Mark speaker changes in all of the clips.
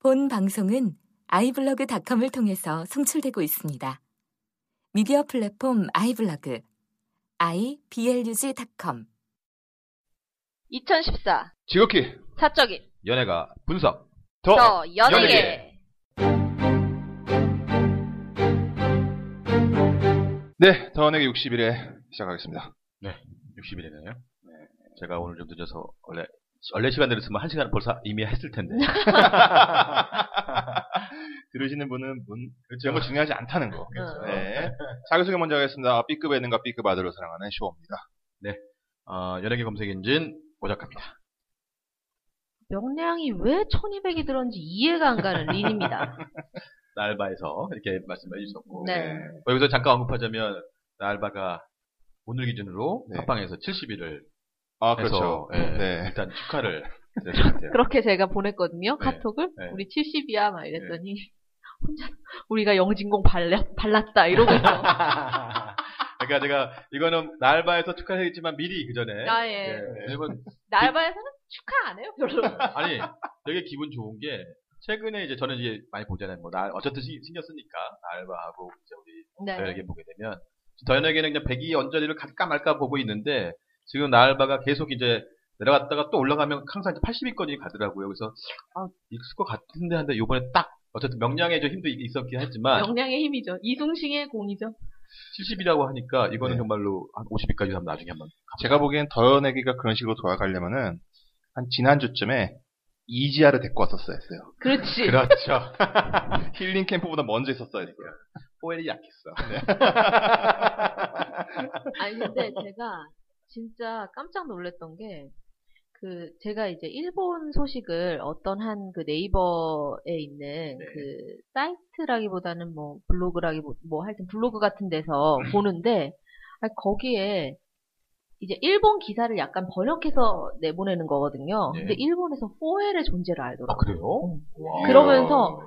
Speaker 1: 본 방송은 아이블로그닷컴을 통해서 송출되고 있습니다. 미디어 플랫폼 아이블로그 iblog.com
Speaker 2: 2014
Speaker 3: 지극히
Speaker 2: 사적인
Speaker 3: 연예가 분석
Speaker 2: 더,
Speaker 3: 더,
Speaker 2: 어, 연예계
Speaker 3: 네, 더 연예계 61회 시작하겠습니다.
Speaker 4: 60일이네요. 네, 제가 오늘 좀 늦어서 원래 원래 시간대로 쓰면 한 시간 벌써 이미 했을 텐데.
Speaker 3: 들으시는 분은 문, 그렇죠. 그런 거 중요하지 않다는 거.
Speaker 2: 그렇죠.
Speaker 3: 네. 자기소개 먼저 하겠습니다. B급 예능과 B급 아들을 사랑하는 쇼입니다.
Speaker 4: 어, 연예계 검색 엔진 오작갑니다.
Speaker 2: 명량이 왜 1200이 들었는지 이해가 안 가는 린입니다.
Speaker 4: 날바에서 이렇게 말씀해 주셨고
Speaker 2: 네.
Speaker 4: 어, 여기서 잠깐 언급하자면 날바가 오늘 기준으로
Speaker 3: 네.
Speaker 4: 팟빵에서 70일을
Speaker 3: 아,
Speaker 4: 해서
Speaker 3: 그렇죠.
Speaker 4: 예,
Speaker 3: 네.
Speaker 4: 일단 축하를 드려야 될것 같아요.
Speaker 2: 그렇게 제가 보냈거든요.
Speaker 4: 네.
Speaker 2: 카톡을.
Speaker 4: 네.
Speaker 2: 우리 70이야 막 이랬더니 혼자 우리가 영진공 발라, 발랐다 이러면서
Speaker 4: 그러니까 제가 이거는 날바에서 축하를 했지만 미리 그 전에
Speaker 2: 아, 예.
Speaker 4: 왜냐면
Speaker 2: 날바에서는 축하 안 해요 별로.
Speaker 4: 아니, 되게 기분 좋은 게, 최근에 이제 저는 이제 많이 보잖아요. 뭐, 날, 어쨌든 신- 신경 쓰니까, 알바하고, 이제 우리
Speaker 2: 네.
Speaker 4: 더연에게 보게 되면, 더연에게는 그냥 102 언저리를 갈까 말까 보고 있는데, 지금 나알바가 계속 이제 내려갔다가 또 올라가면 항상 이제 80위권이 가더라고요. 그래서, 아, 익숙 것 같은데 한데, 요번에 딱, 어쨌든 명량에 좀 힘도 있었긴 했지만,
Speaker 2: 명량의 힘이죠. 이승식의 공이죠.
Speaker 4: 70이라고 하니까, 이거는
Speaker 3: 네.
Speaker 4: 정말로 한 50위까지 하면 나중에 한번.
Speaker 3: 제가 보기엔 더 연예계가 그런 식으로 돌아가려면은, 한 지난주쯤에 이지아를 데리고 왔었어야 했어요.
Speaker 2: 그렇지.
Speaker 3: 그렇죠. 힐링 캠프보다 먼저 있었어야 했고요.
Speaker 4: 포엘이 약했어.
Speaker 2: 아니 근데 제가 진짜 깜짝 놀랐던 게 그 제가 이제 일본 소식을 어떤 한 그 네이버에 있는
Speaker 4: 네.
Speaker 2: 그 사이트라기보다는 뭐 블로그라기 뭐 하여튼 블로그 같은 데서
Speaker 4: 음.
Speaker 2: 보는데 아니, 거기에 이제 일본 기사를 약간 번역해서 내보내는 거거든요.
Speaker 4: 네.
Speaker 2: 근데 일본에서 포엘의 존재를 알더라고요.
Speaker 4: 아, 그래요? 와.
Speaker 2: 그러면서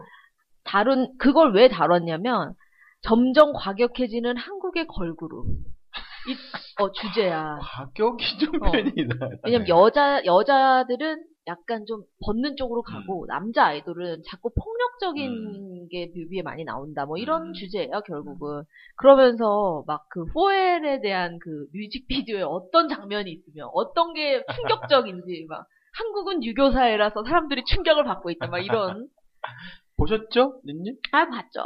Speaker 2: 다룬 그걸 왜 다뤘냐면 점점 과격해지는 한국의 걸그룹 이- 어 주제야.
Speaker 4: 가격이 좀
Speaker 2: 어.
Speaker 4: 편이다.
Speaker 2: 왜냐면 여자 여자들은 약간 좀 벗는 쪽으로 가고 남자 아이돌은 자꾸 폭력적인 게 뮤비에 많이 나온다. 뭐 이런
Speaker 4: 음.
Speaker 2: 주제예요 결국은. 그러면서 막 그 포엘에 대한 그 뮤직비디오에 어떤 장면이 있으면 어떤 게 충격적인지 막 한국은 유교 사회라서 사람들이 충격을 받고 있다. 막 이런.
Speaker 4: 보셨죠? 님
Speaker 2: 아 봤죠.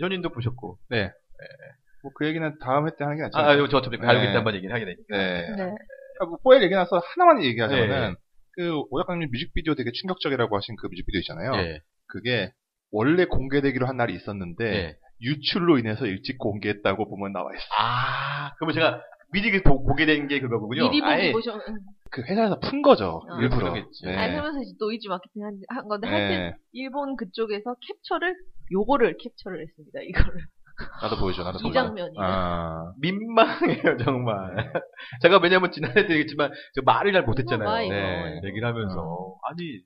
Speaker 4: 연인도 보셨고.
Speaker 3: 뭐 그 얘기는 다음 회 때 하는 게 낫지
Speaker 4: 아,
Speaker 3: 않아요?
Speaker 4: 아, 저 어차피
Speaker 3: 네.
Speaker 4: 알고 있다 한번 얘기를 하게 되니까.
Speaker 3: 네.
Speaker 2: 네.
Speaker 3: 아, 뭐 포엘 얘기 나서 하나만
Speaker 4: 네,
Speaker 3: 얘기하자면은, 그, 오작가님 뮤직비디오 되게 충격적이라고 하신 그 뮤직비디오 있잖아요.
Speaker 4: 예.
Speaker 3: 그게 원래 공개되기로 한 날이 있었는데,
Speaker 4: 예.
Speaker 3: 유출로 인해서 일찍 공개했다고 보면 나와 있어.
Speaker 4: 아, 그러면 제가 미리 그 보, 보게 된 게 그거군요.
Speaker 2: 미리
Speaker 4: 아예
Speaker 2: 보기 보셔. 응.
Speaker 3: 그 회사에서 푼 거죠.
Speaker 2: 아.
Speaker 3: 일부러.
Speaker 4: 그러겠지.
Speaker 2: 아니
Speaker 3: 네.
Speaker 2: 하면서 이제 노이즈 마케팅 한, 한 건데 하여튼
Speaker 3: 네.
Speaker 2: 일본 그쪽에서 캡처를 요거를 캡처를 했습니다. 이거를
Speaker 3: 나도 보여줘, 나도
Speaker 2: 이
Speaker 3: 보여줘.
Speaker 2: 장면이.
Speaker 3: 아.
Speaker 4: 민망해요,
Speaker 2: 네.
Speaker 4: 정말. 제가 왜냐면 지난해도 얘기했지만, 제가 말을 잘
Speaker 2: 정말
Speaker 4: 못했잖아요.
Speaker 2: 이거.
Speaker 3: 네.
Speaker 4: 얘기를 하면서.
Speaker 2: 어.
Speaker 4: 아니,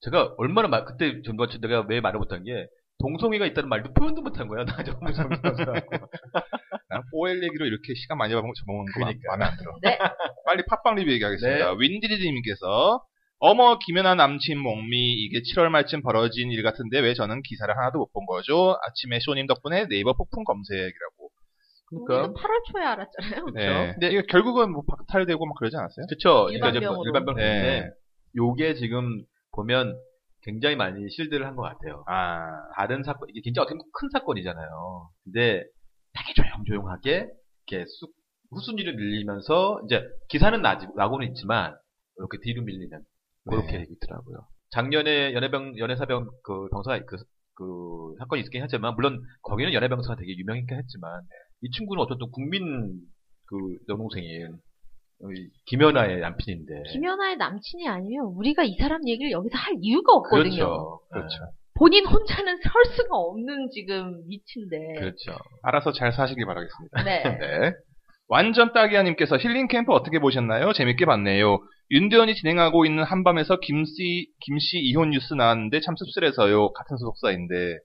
Speaker 4: 제가 얼마나 말, 그때 전부 내가 왜 말을 못한 게, 동성애가 있다는 말도 표현도 못한 거야. 나 정말 정말.
Speaker 3: 난 OL 아, 얘기로 이렇게 시간 많이 잡아먹- 잡아먹는 거 마-
Speaker 4: 그러니까.
Speaker 3: 마음에 안 들어.
Speaker 2: 네.
Speaker 3: 빨리 팟빵 리뷰
Speaker 4: 네.
Speaker 3: 얘기하겠습니다. 윈디리님께서 어머 김연아 남친 목미 이게 7월 말쯤 벌어진 일 같은데 왜 저는 기사를 하나도 못 본 거죠? 아침에 쇼님 덕분에 네이버 폭풍 검색이라고.
Speaker 4: 그러니까.
Speaker 2: 우리는 8월 초에 알았잖아요.
Speaker 3: 네. 근데 이거 결국은 뭐 박탈되고 막 그러지 않았어요?
Speaker 4: 그쵸.
Speaker 2: 일반병으로.
Speaker 4: 그러니까 이제 뭐 일반병
Speaker 3: 네.
Speaker 4: 같은데, 요게 지금 보면 굉장히 많이 실드를 한 것 같아요.
Speaker 3: 아.
Speaker 4: 다른 사건, 이게 굉장히 어떻게 보면 큰 사건이잖아요. 근데 되게 조용조용하게, 이렇게 쑥, 후순위를 밀리면서, 이제 기사는 나지, 나고는 있지만, 이렇게 뒤로 밀리는, 그렇게
Speaker 3: 네.
Speaker 4: 있더라고요. 작년에 연애병, 연애사병, 그, 병사, 그, 그, 사건이 있긴 했지만, 물론 거기는 연애병사가 되게 유명했긴 했지만, 이 친구는 어쨌든 국민, 그, 여동생인, 이 김연아의 남편인데.
Speaker 2: 김연아의 남친이 아니면 우리가 이 사람 얘기를 여기서 할 이유가 없거든요.
Speaker 4: 그렇죠.
Speaker 3: 그렇죠.
Speaker 2: 본인 혼자는 설 수가 없는 지금 미친데.
Speaker 4: 네. 그렇죠.
Speaker 3: 알아서 잘 사시길 바라겠습니다.
Speaker 2: 네.
Speaker 4: 네.
Speaker 3: 완전 따기야님께서 힐링 캠프 어떻게 보셨나요? 재밌게 봤네요. 윤대현이 진행하고 있는 한밤에서 김씨 김씨 이혼 뉴스 나왔는데 참 씁쓸해서요. 같은 소속사인데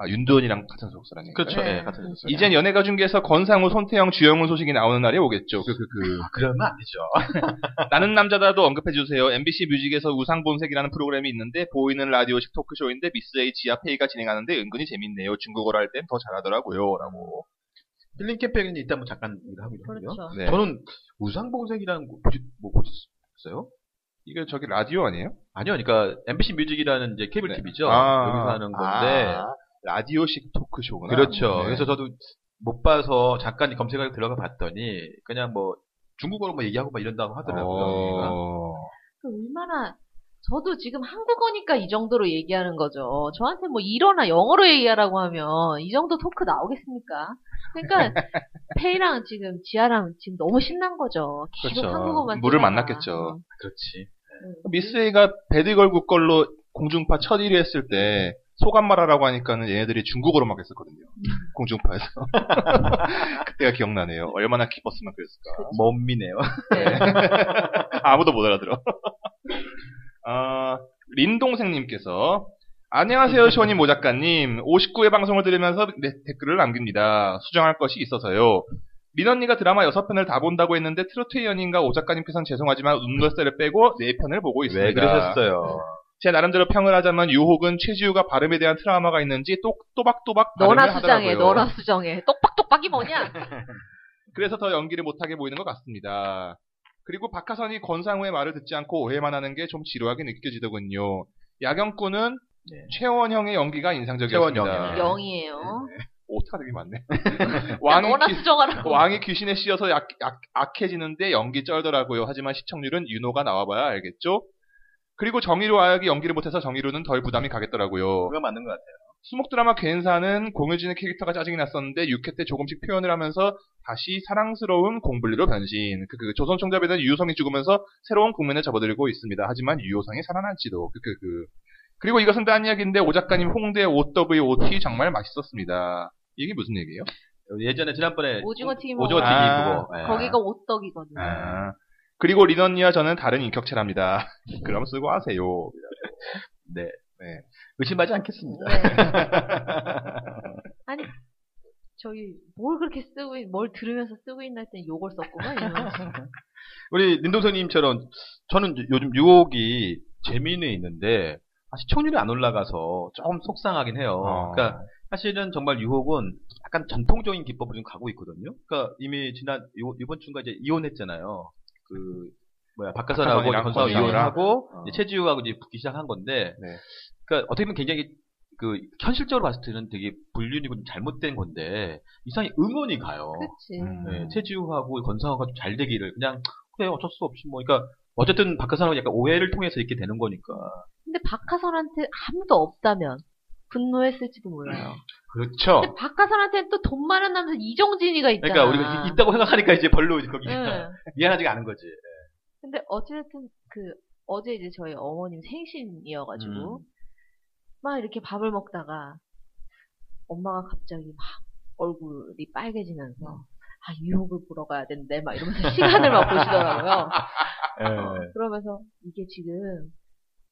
Speaker 3: 아, 윤도현이랑 같은 소속사라니까.
Speaker 4: 그렇죠.
Speaker 2: 네.
Speaker 4: 예, 같은 소속사.
Speaker 3: 이젠 연예가 중계에서 건상우, 손태영, 주영훈 소식이 나오는 날이 오겠죠. 그, 그, 그.
Speaker 4: 아, 그러면 안 되죠.
Speaker 3: 나는 남자다도 언급해주세요. MBC 뮤직에서 우상본색이라는 프로그램이 있는데, 보이는 라디오식 토크쇼인데, 미스 A, 지아, 페이가 진행하는데 은근히 재밌네요. 중국어로 할 땐 더 잘하더라고요. 라고.
Speaker 4: 필링 캠페인은 일단 뭐 잠깐 얘기를 하고 있거든요.
Speaker 2: 그렇죠.
Speaker 3: 네.
Speaker 4: 저는 우상봉색이라는 거 보지, 뭐 보셨어요?
Speaker 3: 이게 저기 라디오 아니에요?
Speaker 4: 아니요, 그러니까 MBC 뮤직이라는 이제 케이블
Speaker 3: 네.
Speaker 4: TV죠.
Speaker 3: 아.
Speaker 4: 여기서 하는 건데
Speaker 3: 아, 라디오식 토크쇼구나.
Speaker 4: 그렇죠.
Speaker 3: 네.
Speaker 4: 그래서 저도 못 봐서 잠깐 검색을 들어가 봤더니 그냥 뭐 중국어로 뭐 얘기하고 막 이런다고 하더라고요.
Speaker 3: 어...
Speaker 2: 그 얼마나 저도 지금 한국어니까 이 정도로 얘기하는 거죠. 저한테 뭐 일어나 영어로 얘기하라고 하면 이 정도 토크 나오겠습니까? 그러니까 페이랑 지금 지아랑 지금 너무 신난 거죠. 계속
Speaker 3: 그렇죠.
Speaker 2: 한국어만
Speaker 3: 물을
Speaker 2: 쓰다가. 음.
Speaker 3: 만났겠죠.
Speaker 2: 어,
Speaker 4: 그렇지.
Speaker 2: 응.
Speaker 3: 미스웨이가 배드걸국 걸로 공중파 첫 1위 했을 때 소감 말하라고 하니까는 얘네들이 중국어로 막 했었거든요. 공중파에서. 그때가 기억나네요. 얼마나 기뻤으면 그랬을까.
Speaker 4: 몸미네요.
Speaker 2: 네.
Speaker 3: 아무도 못 알아들어. 아, 린동생님께서 안녕하세요, 시원님 모작가님. 59회 방송을 들으면서 네, 댓글을 남깁니다. 수정할 것이 있어서요. 민 언니가 드라마 6편을 다 본다고 했는데 트로트의 연인과 오작가님께서는 죄송하지만 음놀세를 빼고 4편을 보고 있습니다.
Speaker 4: 왜 네, 그러셨어요?
Speaker 3: 제 나름대로 평을 하자면 유혹은 최지우가 발음에 대한 트라우마가 있는지 또, 또박또박 발음을
Speaker 2: 너나 수정해,
Speaker 3: 하더라고요.
Speaker 2: 너나 수정해. 똑박똑박이 뭐냐?
Speaker 4: 네.
Speaker 3: 그래서 더 연기를 못하게 보이는 것 같습니다. 그리고 박하선이 권상우의 말을 듣지 않고 오해만 하는 게 좀 지루하게 느껴지더군요. 야경꾼은
Speaker 4: 네.
Speaker 3: 최원 형의 연기가 인상적이었습니다.
Speaker 4: 최원 네. 형.
Speaker 2: 영이에요.
Speaker 3: 오타가 되게 많네.
Speaker 2: 야,
Speaker 3: 왕이,
Speaker 2: 너나
Speaker 3: 귀,
Speaker 2: 수정하라고.
Speaker 3: 왕이 귀신에 씌여서 약, 약, 악해지는데 연기 쩔더라고요. 하지만 시청률은 윤호가 나와봐야 알겠죠? 그리고 정의로 아역이 연기를 못해서 정의로는 덜 부담이 가겠더라고요.
Speaker 4: 그거 맞는 것 같아요.
Speaker 3: 수목 드라마 괜사는 공효진의 캐릭터가 짜증이 났었는데 6회 때 조금씩 표현을 하면서 다시 사랑스러운 공분리로 변신. 그, 그 조선 총잡에는 유효성이 죽으면서 새로운 국면에 접어들고 있습니다. 하지만 유효성이 살아날지도. 그, 그, 그. 그리고 이것은 딴 이야기인데 오 작가님 홍대 OWOT 정말 맛있었습니다. 이게 무슨 얘기예요?
Speaker 4: 예전에 지난번에
Speaker 2: 오징어 튀김
Speaker 4: 네. 오징어 튀김
Speaker 3: 아.
Speaker 4: 그거. 예.
Speaker 2: 거기가
Speaker 4: 네.
Speaker 2: 오떡이거든요.
Speaker 3: 아. 그리고 리넌니와 저는 다른 인격체랍니다. 그럼 쓰고
Speaker 4: 어,
Speaker 3: 하세요.
Speaker 4: 네.
Speaker 3: 네.
Speaker 4: 의심하지 않겠습니다.
Speaker 2: 네. 아니, 저희 뭘 그렇게 쓰고 있- 뭘 들으면서 쓰고 있나 했더니 요걸 썼구만. 이러면서.
Speaker 4: 우리 린도선님처럼 저는 요즘 유혹이 재미는 있는데 아, 시청률이 안 올라가서 조금 속상하긴 해요.
Speaker 3: 어.
Speaker 4: 그러니까 사실은 정말 유혹은 약간 전통적인 기법으로 좀 가고 있거든요. 그러니까 이미 지난 요- 이번 주인가 이제 이혼했잖아요. 그 뭐야 박하선하고
Speaker 3: 박하선이랑
Speaker 4: 권사하고
Speaker 2: 권사랑.
Speaker 4: 이혼하고
Speaker 3: 어.
Speaker 4: 이제 최지우하고 이제 붙기 시작한 건데
Speaker 3: 네.
Speaker 4: 그러니까 어떻게 보면 굉장히 그 현실적으로 봤을 때는 되게 불륜이고 좀 잘못된 건데 이상이 응원이 가요.
Speaker 2: 그치.
Speaker 3: 음.
Speaker 4: 네, 최지우하고 권상우가 좀 잘 되기를 그냥 그래 어쩔 수 없이 뭐 그러니까 어쨌든 박하선하고 약간 오해를 통해서 있게 되는 거니까
Speaker 2: 근데 박하선한테 아무도 없다면 분노했을지도 몰라요.
Speaker 4: 그렇죠.
Speaker 2: 근데 박하선한테는 또 돈 많은 남자 이정진이가 있잖아.
Speaker 4: 그러니까 우리가 이- 있다고 생각하니까 이제 별로 이제 거기
Speaker 2: 응.
Speaker 4: 미안하지가 않은 거지.
Speaker 2: 근데 어쨌든 그 어제 이제 저희 어머님 생신이어가지고 막 이렇게 밥을 먹다가 엄마가 갑자기 막 얼굴이 빨개지면서 아 유혹을 보러 가야 된대 막 이러면서 시간을 막 보시더라고요.
Speaker 4: 예.
Speaker 2: 그러면서 이게 지금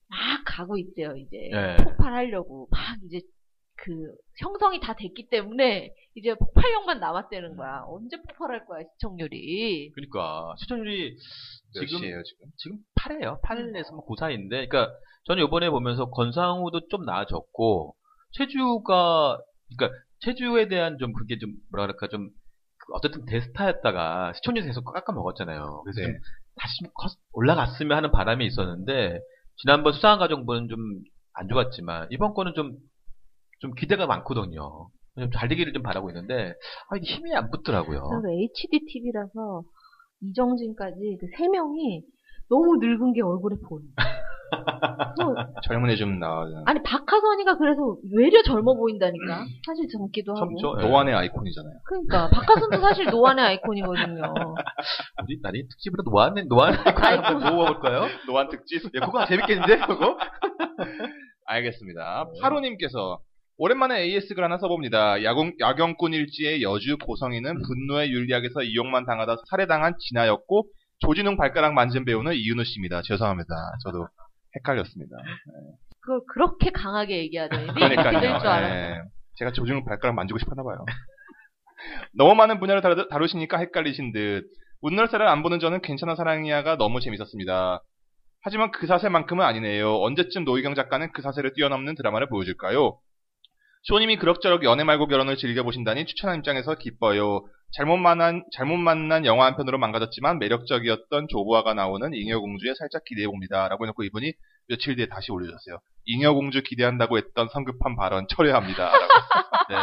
Speaker 2: 막 가고 있대요 이제
Speaker 4: 예.
Speaker 2: 폭발하려고 막 이제 그 형성이 다 됐기 때문에 이제 폭발력만 남았다는 거야. 언제 폭발할 거야 시청률이?
Speaker 4: 그러니까 시청률이
Speaker 3: 몇
Speaker 4: 지금
Speaker 3: 시예요, 지금?
Speaker 4: 지금 8회요. 8회에서 9 사이인데, 그러니까 저는 이번에 보면서 권상우도 좀 나아졌고 최주가 그러니까 최주에 대한 좀 그게 좀 뭐라 그럴까 좀 그, 어쨌든 대스타였다가 시청률 계속 깎아 먹었잖아요. 그래서 좀
Speaker 3: 네.
Speaker 4: 다시 좀 컸- 올라갔으면 하는 바람이 있었는데 지난번 수상한 가정부는 좀 안 좋았지만 이번 거는 좀 좀 기대가 많거든요. 좀 잘 되기를 좀 바라고 있는데 아, 이게 힘이 안 붙더라고요.
Speaker 2: 그래서 HD TV라서 이정진까지 그 세 명이 너무 늙은 게 얼굴에 보여. 그래서
Speaker 4: 아,
Speaker 3: 젊은 애좀 나와야 되나?
Speaker 2: 아니 박하선이가 그래서 외려 젊어 보인다니까. 사실 젊기도
Speaker 4: 참
Speaker 2: 하고.
Speaker 4: 저- 예.
Speaker 3: 노안의 아이콘이잖아요.
Speaker 2: 그러니까 박하선도 사실 노안의 아이콘이거든요.
Speaker 4: 우리 나리 특집으로 노안 노안
Speaker 2: 아이고.
Speaker 4: 한번 모아볼까요?
Speaker 3: 노안 특집? 예,
Speaker 4: 야, 그거 재밌겠는데, 그거?
Speaker 3: 알겠습니다.
Speaker 4: 네.
Speaker 3: 파로님께서 오랜만에 AS 글 하나 써봅니다. 야경, 야경꾼 일지의 여주 고성이는 분노의 윤리학에서 이용만 당하다 살해당한 진아였고 조진웅 발가락 만진 배우는 이윤우 씨입니다. 죄송합니다. 저도 헷갈렸습니다.
Speaker 2: 그걸 그렇게 강하게 얘기하더니
Speaker 3: 네, 그러니까요.
Speaker 2: 믿을 줄 알아.
Speaker 3: 예. 제가 조중 발가락 만지고 싶었나 봐요. 너무 많은 분야를 다루- 다루시니까 헷갈리신 듯. 운널사를 안 보는 저는 괜찮아 사랑이야가 너무 재밌었습니다. 하지만 그 사세만큼은 아니네요. 언제쯤 노희경 작가는 그 사세를 뛰어넘는 드라마를 보여줄까요? 쇼님이 그럭저럭 연애 말고 결혼을 즐겨보신다니 추천한 입장에서 기뻐요. 잘못 만난, 잘못 만난 영화 한 편으로 망가졌지만 매력적이었던 조보아가 나오는 잉여공주에 살짝 기대해봅니다. 라고 해놓고 이분이 며칠 뒤에 다시 올려줬어요. 잉여공주 기대한다고 했던 성급한 발언 철회합니다. 라고.
Speaker 4: 네.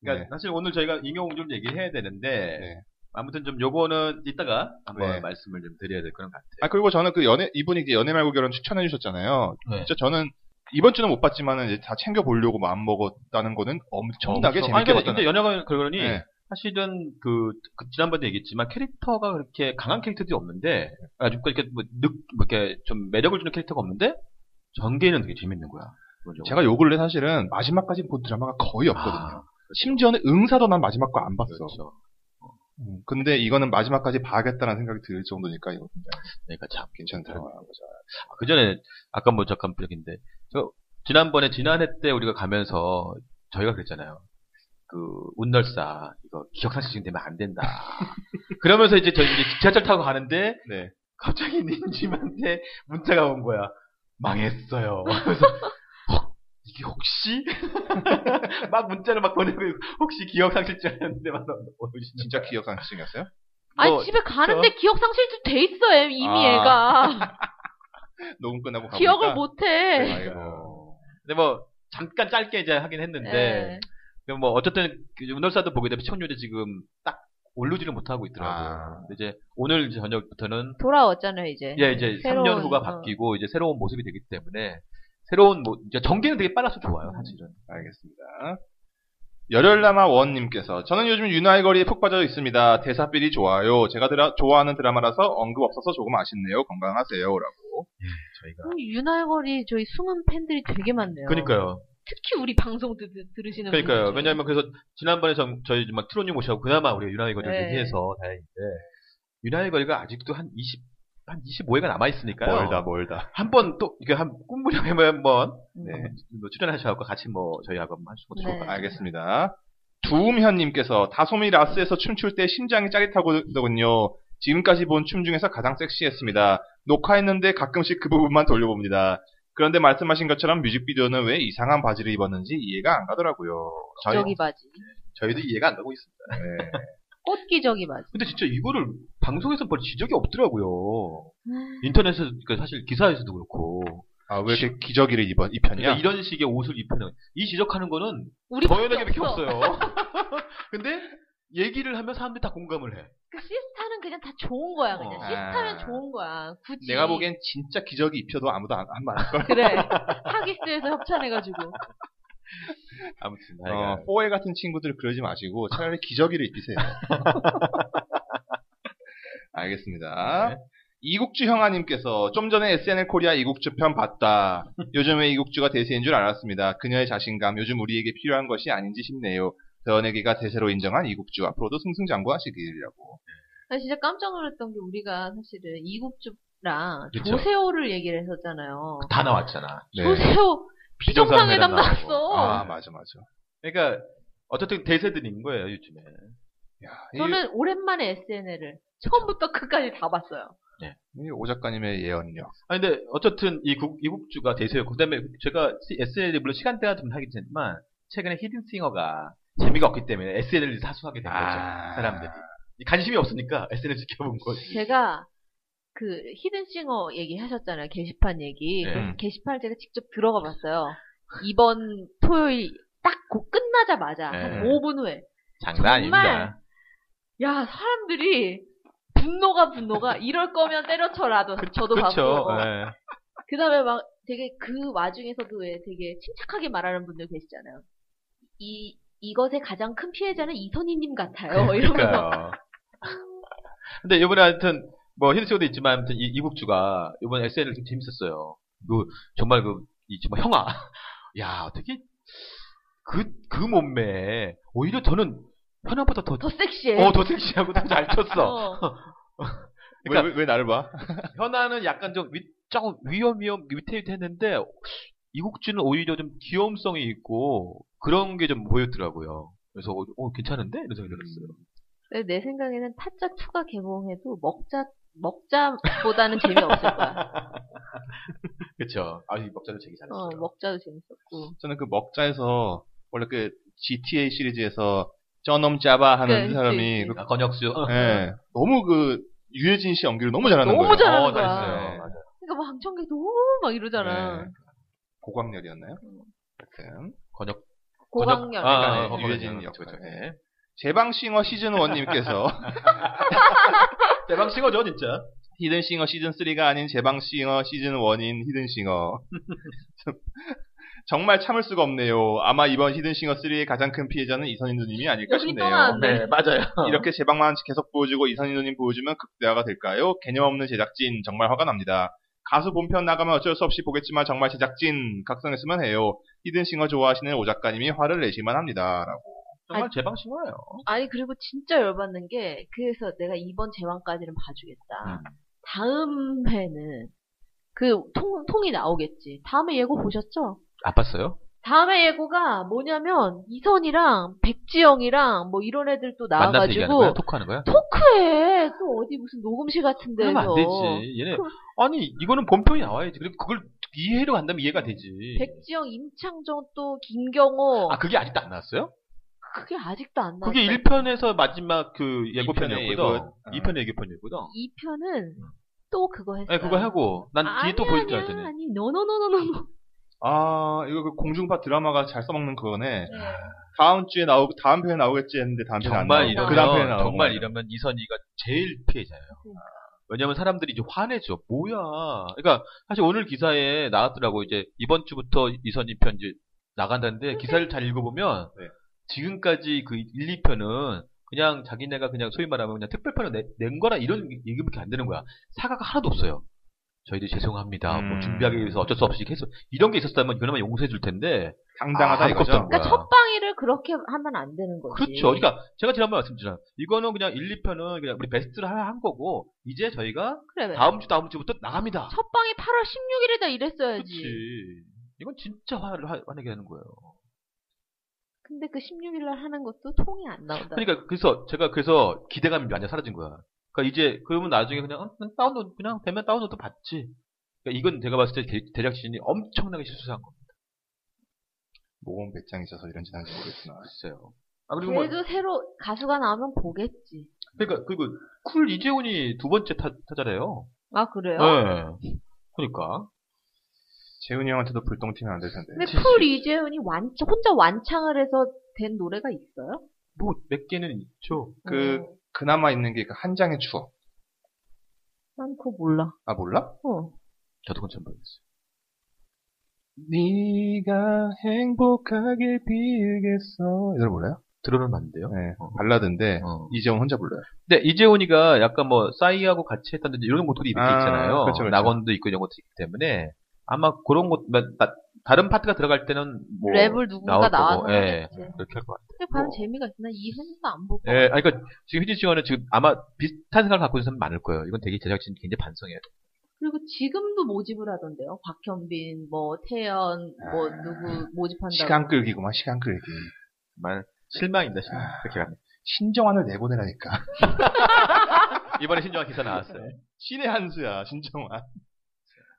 Speaker 4: 그러니까
Speaker 3: 네.
Speaker 4: 사실 오늘 저희가 임용좀 얘기해야 되는데
Speaker 3: 네.
Speaker 4: 아무튼 좀 요거는 이따가 한번
Speaker 3: 네.
Speaker 4: 말씀을 좀 드려야 될 그런 것
Speaker 3: 아,
Speaker 4: 같아요.
Speaker 3: 그리고 저는 그 연애, 이분이 이제 연애 말고 결혼 추천해주셨잖아요.
Speaker 4: 네.
Speaker 3: 진짜 저는 이번 주는 못 봤지만은 이제 다 챙겨보려고 마음 먹었다는 거는 엄청나게
Speaker 4: 엄청-
Speaker 3: 재밌게
Speaker 4: 아니,
Speaker 3: 봤다는
Speaker 4: 근데 연예가 그러니
Speaker 3: 네.
Speaker 4: 사실은 그, 그 지난번에 얘기했지만 캐릭터가 그렇게 강한 캐릭터들이 없는데 아주 이렇게 뭐, 늑, 뭐 이렇게 좀 매력을 주는 캐릭터가 없는데 전개는 되게 재밌는 거야. 기본적으로.
Speaker 3: 제가 요 근래 사실은 마지막까지 본 드라마가 거의 없거든요.
Speaker 4: 아,
Speaker 3: 심지어는 응사도 난 마지막 거 안 봤어.
Speaker 4: 그렇죠.
Speaker 3: 음, 근데 이거는 마지막까지 봐야겠다는 생각이 들 정도니까 이거
Speaker 4: 그러니까 참
Speaker 3: 괜찮다.
Speaker 4: 그런 아, 그 전에 아까 뭐 잠깐 얘기인데 저 지난번에 지난해 때 우리가 가면서 저희가 그랬잖아요. 그 운널사 이거 기억상실증 되면 안 된다. 그러면서 이제 저희 이제 지하철 타고 가는데
Speaker 3: 네.
Speaker 4: 갑자기 님한테 문자가 온 거야. 망했어요. 그래서 혹- 이게 혹시 막 문자를 막 보내고 있고 혹시 기억상실증이었는데 막 오시
Speaker 3: 진짜 기억 상실증이었어요?
Speaker 2: 아니
Speaker 4: 뭐,
Speaker 2: 집에 가는데 기억상실도 돼 있어 애- 이미
Speaker 3: 아.
Speaker 2: 얘가
Speaker 3: 녹음 끝나고 가보니까
Speaker 2: 기억을 못해.
Speaker 3: 네.
Speaker 4: 근데 뭐 잠깐 짧게 이제 하긴 했는데
Speaker 2: 네. 예.
Speaker 4: 그뭐 어쨌든 그 운동사도 보게 되면 시청률이 지금 딱 오르지를 못하고 있더라고요.
Speaker 3: 아.
Speaker 4: 근데 이제 오늘 이제 저녁부터는
Speaker 2: 돌아왔잖아요 이제.
Speaker 4: 예 이제
Speaker 2: 네. 새로운,
Speaker 4: 3년 후가
Speaker 2: 어.
Speaker 4: 바뀌고 이제 새로운 모습이 되기 때문에 새로운 뭐 이제 전개는 되게 빨라서 좋아요 사실은.
Speaker 3: 알겠습니다. 열혈남아 원님께서 저는 요즘 윤아의 거리에 푹 빠져 있습니다. 대사필이 좋아요. 제가 드라- 좋아하는 드라마라서 언급 없어서 조금 아쉽네요. 건강하세요라고.
Speaker 4: 예, 저희가.
Speaker 2: 어, 윤아의 거리 저희 숨은 팬들이 되게 많네요.
Speaker 4: 그러니까요.
Speaker 2: 특히 우리 방송 들, 들으시는
Speaker 4: 그러니까요.
Speaker 2: 분들.
Speaker 4: 왜냐하면 그래서 지난번에 전- 저희 막 트로님 오셔고 그나마 우리 유나의 거리를
Speaker 2: 네.
Speaker 4: 얘기해서 다행인데 유나의 거리가 아직도 한 20, 한 25회가 남아 있으니까요.
Speaker 3: 멀다.
Speaker 4: 한번 또 이게 한 꿈무렵에 한번
Speaker 3: 네.
Speaker 2: 음,
Speaker 4: 출연하셔서 같이 뭐 저희하고 한번 하시고
Speaker 2: 네.
Speaker 4: 들어가-
Speaker 3: 알겠습니다. 두음현님께서 다솜이 라스에서 춤출 때 심장이 짜릿하거든요. 지금까지 본 춤 중에서 가장 섹시했습니다. 녹화했는데 가끔씩 그 부분만 돌려봅니다. 그런데 말씀하신 것처럼 뮤직비디오는 왜 이상한 바지를 입었는지 이해가 안 가더라고요.
Speaker 2: 저기 바지.
Speaker 4: 저희도 이해가 안 가고 있습니다.
Speaker 3: 네.
Speaker 2: 꽃기 저기 바지.
Speaker 4: 근데 진짜 이거를 방송에서 별 지적이 없더라고요.
Speaker 3: 음.
Speaker 4: 인터넷에서 그러니까 사실 기사에서도 그렇고
Speaker 3: 아, 왜 이렇게 기저귀를 입어,
Speaker 4: 그러니까
Speaker 3: 입혔냐?
Speaker 4: 이런 식의 옷을 입히는 이 지적하는 거는
Speaker 2: 우리
Speaker 4: 저연에게밖에 없어요. 근데 얘기를 하면 사람들이 다 공감을 해.
Speaker 2: 그 시스타는 그냥 다 좋은 거야 그냥.
Speaker 4: 어.
Speaker 2: 시스타면
Speaker 3: 아.
Speaker 2: 좋은 거야. 굳이.
Speaker 3: 내가 보기엔 진짜 기저귀 입혀도 아무도 안, 안 말할 걸.
Speaker 2: 그래. 하기스에서 협찬해가지고.
Speaker 4: 아무튼
Speaker 3: 어,
Speaker 4: 하여간.
Speaker 3: 포에 같은 친구들 그러지 마시고 차라리 기저귀를 입히세요. 알겠습니다.
Speaker 4: 네.
Speaker 3: 이국주 형아님께서 좀 전에 SNL 코리아 이국주 편 봤다. 요즘에 이국주가 대세인 줄 알았습니다. 그녀의 자신감 요즘 우리에게 필요한 것이 아닌지 싶네요. 더연에게가 대세로 인정한 이국주 앞으로도 승승장구하시길이라고.
Speaker 2: 나 아, 진짜 깜짝 놀랐던 게 우리가 사실은 이국주랑
Speaker 4: 그쵸. 네.
Speaker 2: 조세호를 얘기를 했었잖아요.
Speaker 4: 다 나왔잖아.
Speaker 2: 조세호 비정상회담
Speaker 4: 비정상회담
Speaker 2: 나왔어.
Speaker 3: 네. 아 맞아 맞아.
Speaker 4: 그러니까 어쨌든 대세들인 거예요 요즘에.
Speaker 3: 야, 이-
Speaker 2: 저는 오랜만에 SNL을 처음부터 끝까지 다 봤어요.
Speaker 3: 이오 작가님의 예언력.
Speaker 4: 아 근데 어쨌든 이 국, 이국주가 대세였고 그다음에 제가 SNL 이 물론 시간대가 좀 하긴 했지만 최근에 히든싱어가 재미가 없기 때문에 SNL을 사수하게 된 거죠
Speaker 3: 아.
Speaker 4: 사람들이 이 관심이 없으니까 SNL 지켜본 거지
Speaker 2: 제가 그 히든싱어 얘기하셨잖아요. 게시판 얘기.
Speaker 4: 네.
Speaker 2: 그래서 게시판을 제가 직접 들어가 봤어요. 이번 토요일 딱 곧 끝나자마자 한
Speaker 4: 네.
Speaker 2: 5분 후에
Speaker 4: 장난 아닙니다
Speaker 2: 야 사람들이 분노가 분노가 이럴 거면 때려쳐라도 저도
Speaker 4: 그렇죠
Speaker 2: 봤고
Speaker 4: 예.
Speaker 2: 그다음에 막 되게 그 와중에서도 왜 되게 침착하게 말하는 분들 계시잖아요. 이 이것의 가장 큰 피해자는 이선희님 같아요. 이러면서
Speaker 4: 네, 그러니까요 근데 이번에 하여튼 뭐 히든싱어도 있지만 아무튼 이, 이국주가 이번 SNL 좀 재밌었어요 그 정말 그이 정말 형아 야 어떻게 그 그 몸매에 오히려 저는 현아보다 더
Speaker 2: 더 섹시해.
Speaker 4: 어, 더 섹시하고 더잘 쳤어.
Speaker 2: 어.
Speaker 3: 왜,
Speaker 4: 그러니까-
Speaker 3: 왜- 왜 나를 봐?
Speaker 4: 현아는 약간 좀 위, 조금 위험 위험 위태위태했는데 이국주는 오히려 좀 귀여움성이 있고 그런 게 좀 보였더라고요. 그래서 어, 어, 괜찮은데? 이런 생각이 들었어요.
Speaker 2: 근데 내 생각에는 타짜 2가 개봉해도 먹자 먹자보다는 재미없을 거야.
Speaker 4: 그쵸. 아, 이 먹자를 제기 잘했어요.
Speaker 2: 어, 먹자도 재밌었고.
Speaker 3: 저는 그 먹자에서 원래 그 GTA 시리즈에서 저놈 짜바 하는
Speaker 2: 그,
Speaker 3: 사람이
Speaker 2: 그,
Speaker 3: 그,
Speaker 4: 아, 건혁수. 어,
Speaker 3: 예, 너무 그 유해진 씨 연기를 너무 잘하는
Speaker 2: 너무
Speaker 3: 거예요.
Speaker 2: 잘- 잘하는
Speaker 4: 어,
Speaker 2: 거야.
Speaker 4: 잘했어요.
Speaker 3: 네.
Speaker 4: 맞아요.
Speaker 2: 그러니까 막 정객 너무 막 이러잖아.
Speaker 3: 네. 고광렬이었나요? 하여튼
Speaker 4: 건혁.
Speaker 2: 고강렬.
Speaker 4: 건혁- 아, 아, 아,
Speaker 3: 그러니까 유해진
Speaker 4: 건혁-
Speaker 3: 역할.
Speaker 4: 그쵸, 그쵸.
Speaker 3: 예.
Speaker 4: 네.
Speaker 3: 제방싱어 시즌 1님께서
Speaker 4: 대박
Speaker 2: 네,
Speaker 4: 찍어줘, 진짜.
Speaker 3: 히든싱어 시즌 3가 아닌 제방싱어 시즌 1인 히든싱어 정말 참을 수가 없네요. 아마 이번 히든싱어 3의 가장 큰 피해자는 이선희 누님이 아닐까
Speaker 2: 여기 또
Speaker 3: 싶네요.
Speaker 2: 나왔네. 네,
Speaker 4: 맞아요.
Speaker 3: 이렇게 제방만 계속 보여주고 이선희 누님 보여주면 극대화가 될까요? 개념 없는 제작진 정말 화가 납니다. 가수 본편 나가면 어쩔 수 없이 보겠지만 정말 제작진 각성했으면 해요. 히든싱어 좋아하시는 오 작가님이 화를 내시만 합니다라고.
Speaker 4: 정말
Speaker 2: 아니.
Speaker 4: 제방신 거예요.
Speaker 2: 아니 그리고 진짜 열받는 게 그래서 내가 이번 제왕까지는
Speaker 4: 음.
Speaker 2: 봐주겠다. 다음 회는 그 통, 통이 나오겠지. 다음에 예고 보셨죠?
Speaker 4: 아팠어요?
Speaker 2: 다음에 예고가 뭐냐면 이선이랑 백지영이랑 뭐 이런 애들 또
Speaker 4: 만나서 얘기하는 거야?
Speaker 2: 나와가지고
Speaker 4: 토크하는 거야?
Speaker 2: 토크해. 또 어디 무슨 녹음실 같은 데서.
Speaker 4: 그러면 안 되지. 얘네.
Speaker 2: 네, 그럼-
Speaker 4: 아니, 이거는 본편이 나와야지. 그리고 그걸 이해로 간다면 이해가 되지.
Speaker 2: 백지영, 임창정 또 김경호.
Speaker 4: 예. 아, 그게 아직도 안 나왔어요?
Speaker 2: 그게 아직도 안 나왔어.
Speaker 4: 그게 1편에서 마지막 그 예고편이었거든.
Speaker 3: 이편의 예고.
Speaker 4: 2편 예고편이거든.
Speaker 2: 아. 2편은 또 그거 했어.
Speaker 4: 음. 네, 그거 하고, 난 뒤에 또 보일 줄
Speaker 2: 아니,
Speaker 4: 알았더니.
Speaker 2: 아니, 노노노노노.
Speaker 3: 아 이거 그 공중파 드라마가 잘 써먹는 그거네.
Speaker 2: 네.
Speaker 4: 아,
Speaker 3: 다음 주에 나오고 다음 편에 나오겠지 했는데 다음 편에 안
Speaker 4: 정말
Speaker 3: 나오고
Speaker 4: 이러면,
Speaker 3: 그 다음 편에 나오고
Speaker 4: 정말 이러면 이선희가 제일 피해자예요. 왜냐면 사람들이 이제 화내죠. 뭐야. 그러니까, 사실 오늘 기사에 나왔더라고. 이제, 이번 주부터 이선희 편 이제 나간다는데, 기사를 잘 읽어보면,
Speaker 3: 네.
Speaker 4: 지금까지 그 1, 2편은, 그냥 자기네가 그냥 소위 말하면 그냥 특별편을 내- 낸 거라 이런 얘기밖에 안 되는 거야. 사과가 하나도 없어요. 저희들 죄송합니다. 뭐
Speaker 3: 음.
Speaker 4: 준비하기 위해서 어쩔 수 없이 했어. 이런 게 있었다면 그나마 용서해 줄 텐데.
Speaker 3: 당당하다
Speaker 4: 아,
Speaker 3: 이거죠.
Speaker 4: 아무것도
Speaker 2: 그러니까
Speaker 4: 뭐야.
Speaker 2: 첫 방위를 그렇게 하면 안 되는 거지.
Speaker 4: 그렇죠. 그러니까 제가 지난번에 말씀드렸잖아요. 이거는 그냥 1, 2편은 그냥 우리 베스트를 하나 한 거고 이제 저희가
Speaker 2: 그래.
Speaker 4: 다음 주 다음 주부터 나갑니다.
Speaker 2: 첫 방이 8월 16일이다 이랬어야지.
Speaker 4: 그렇지. 이건 진짜 화를 화- 화내게 하는 거예요.
Speaker 2: 근데 그 16일 날 하는 것도 통이 안 나온다.
Speaker 4: 그러니까 그래서 제가 그래서 기대감이 완전 사라진 거야. 그러니까 이제 그러면 나중에 그냥 어, 그냥 다운로드 그냥 되면 다운로드 받지. 그러니까 이건 제가 봤을 때 대- 제작진이 엄청나게 실수한 겁니다.
Speaker 3: 모범 배짱이 있어서 이런지 난지 모르겠으나.
Speaker 4: 글쎄요. 아 그리고 뭐
Speaker 2: 그래도 새로 가수가 나오면 보겠지.
Speaker 4: 그러니까 그리고 쿨 이재훈이 두 번째 타, 타자래요.
Speaker 2: 아 그래요?
Speaker 4: 네. 그러니까
Speaker 3: 재훈이 형한테도 불똥 튀면 안 될 텐데.
Speaker 2: 근데
Speaker 4: 진짜.
Speaker 2: 풀 이재훈이 완 혼자 완창을 해서 된 노래가 있어요?
Speaker 4: 뭐 몇 개는 있죠.
Speaker 3: 그
Speaker 2: 어,
Speaker 3: 그나마 있는 게 그 한 장의 추억.
Speaker 2: 난 그거 몰라.
Speaker 3: 아 몰라?
Speaker 2: 어.
Speaker 4: 뭐 저도 그건 잘 모르겠어요.
Speaker 3: 네가 행복하게 빌겠어. 이 노래 몰라요?
Speaker 4: 들으면 안 돼요.
Speaker 3: 네.
Speaker 4: 어.
Speaker 3: 발라드인데
Speaker 4: 어.
Speaker 3: 이재훈 혼자 불러요.
Speaker 4: 근데 이재훈이가 약간 뭐 싸이하고 같이 했다든지 이런 것들이 이렇게
Speaker 3: 아,
Speaker 4: 있잖아요.
Speaker 3: 그쵸, 그쵸.
Speaker 4: 낙원도 있고 이런 것들이 있기 때문에 아마 그런 것 마- 마- 다른 파트가 들어갈 때는 뭐
Speaker 2: 랩을
Speaker 4: 나올
Speaker 2: 누군가
Speaker 4: 거고,
Speaker 2: 나와서
Speaker 3: 네.
Speaker 4: 예.
Speaker 2: 하겠지.
Speaker 4: 그렇게 할 것 같아요.
Speaker 2: 근데 과연 재미가 있나? 이 회도 안 보고.
Speaker 4: 예,
Speaker 3: 네.
Speaker 4: 아니, 그러니까 지금 휘진 씨와는 지금 아마 비슷한 생각을 갖고 있는 사람 많을 거예요. 이건 되게 제작진 굉장히 반성해요.
Speaker 2: 그리고 지금도 모집을 하던데요. 박현빈, 뭐 태연, 뭐
Speaker 3: 아,
Speaker 2: 누구 모집한다고.
Speaker 3: 시간 끌기구만 시간 끌기.
Speaker 4: 정말 실망입니다. 실망. 그렇게 갑니다.
Speaker 3: 신정환을 내보내라니까.
Speaker 4: 이번에 신정한 기사 나왔어요.
Speaker 3: 신의 한수야 신정환.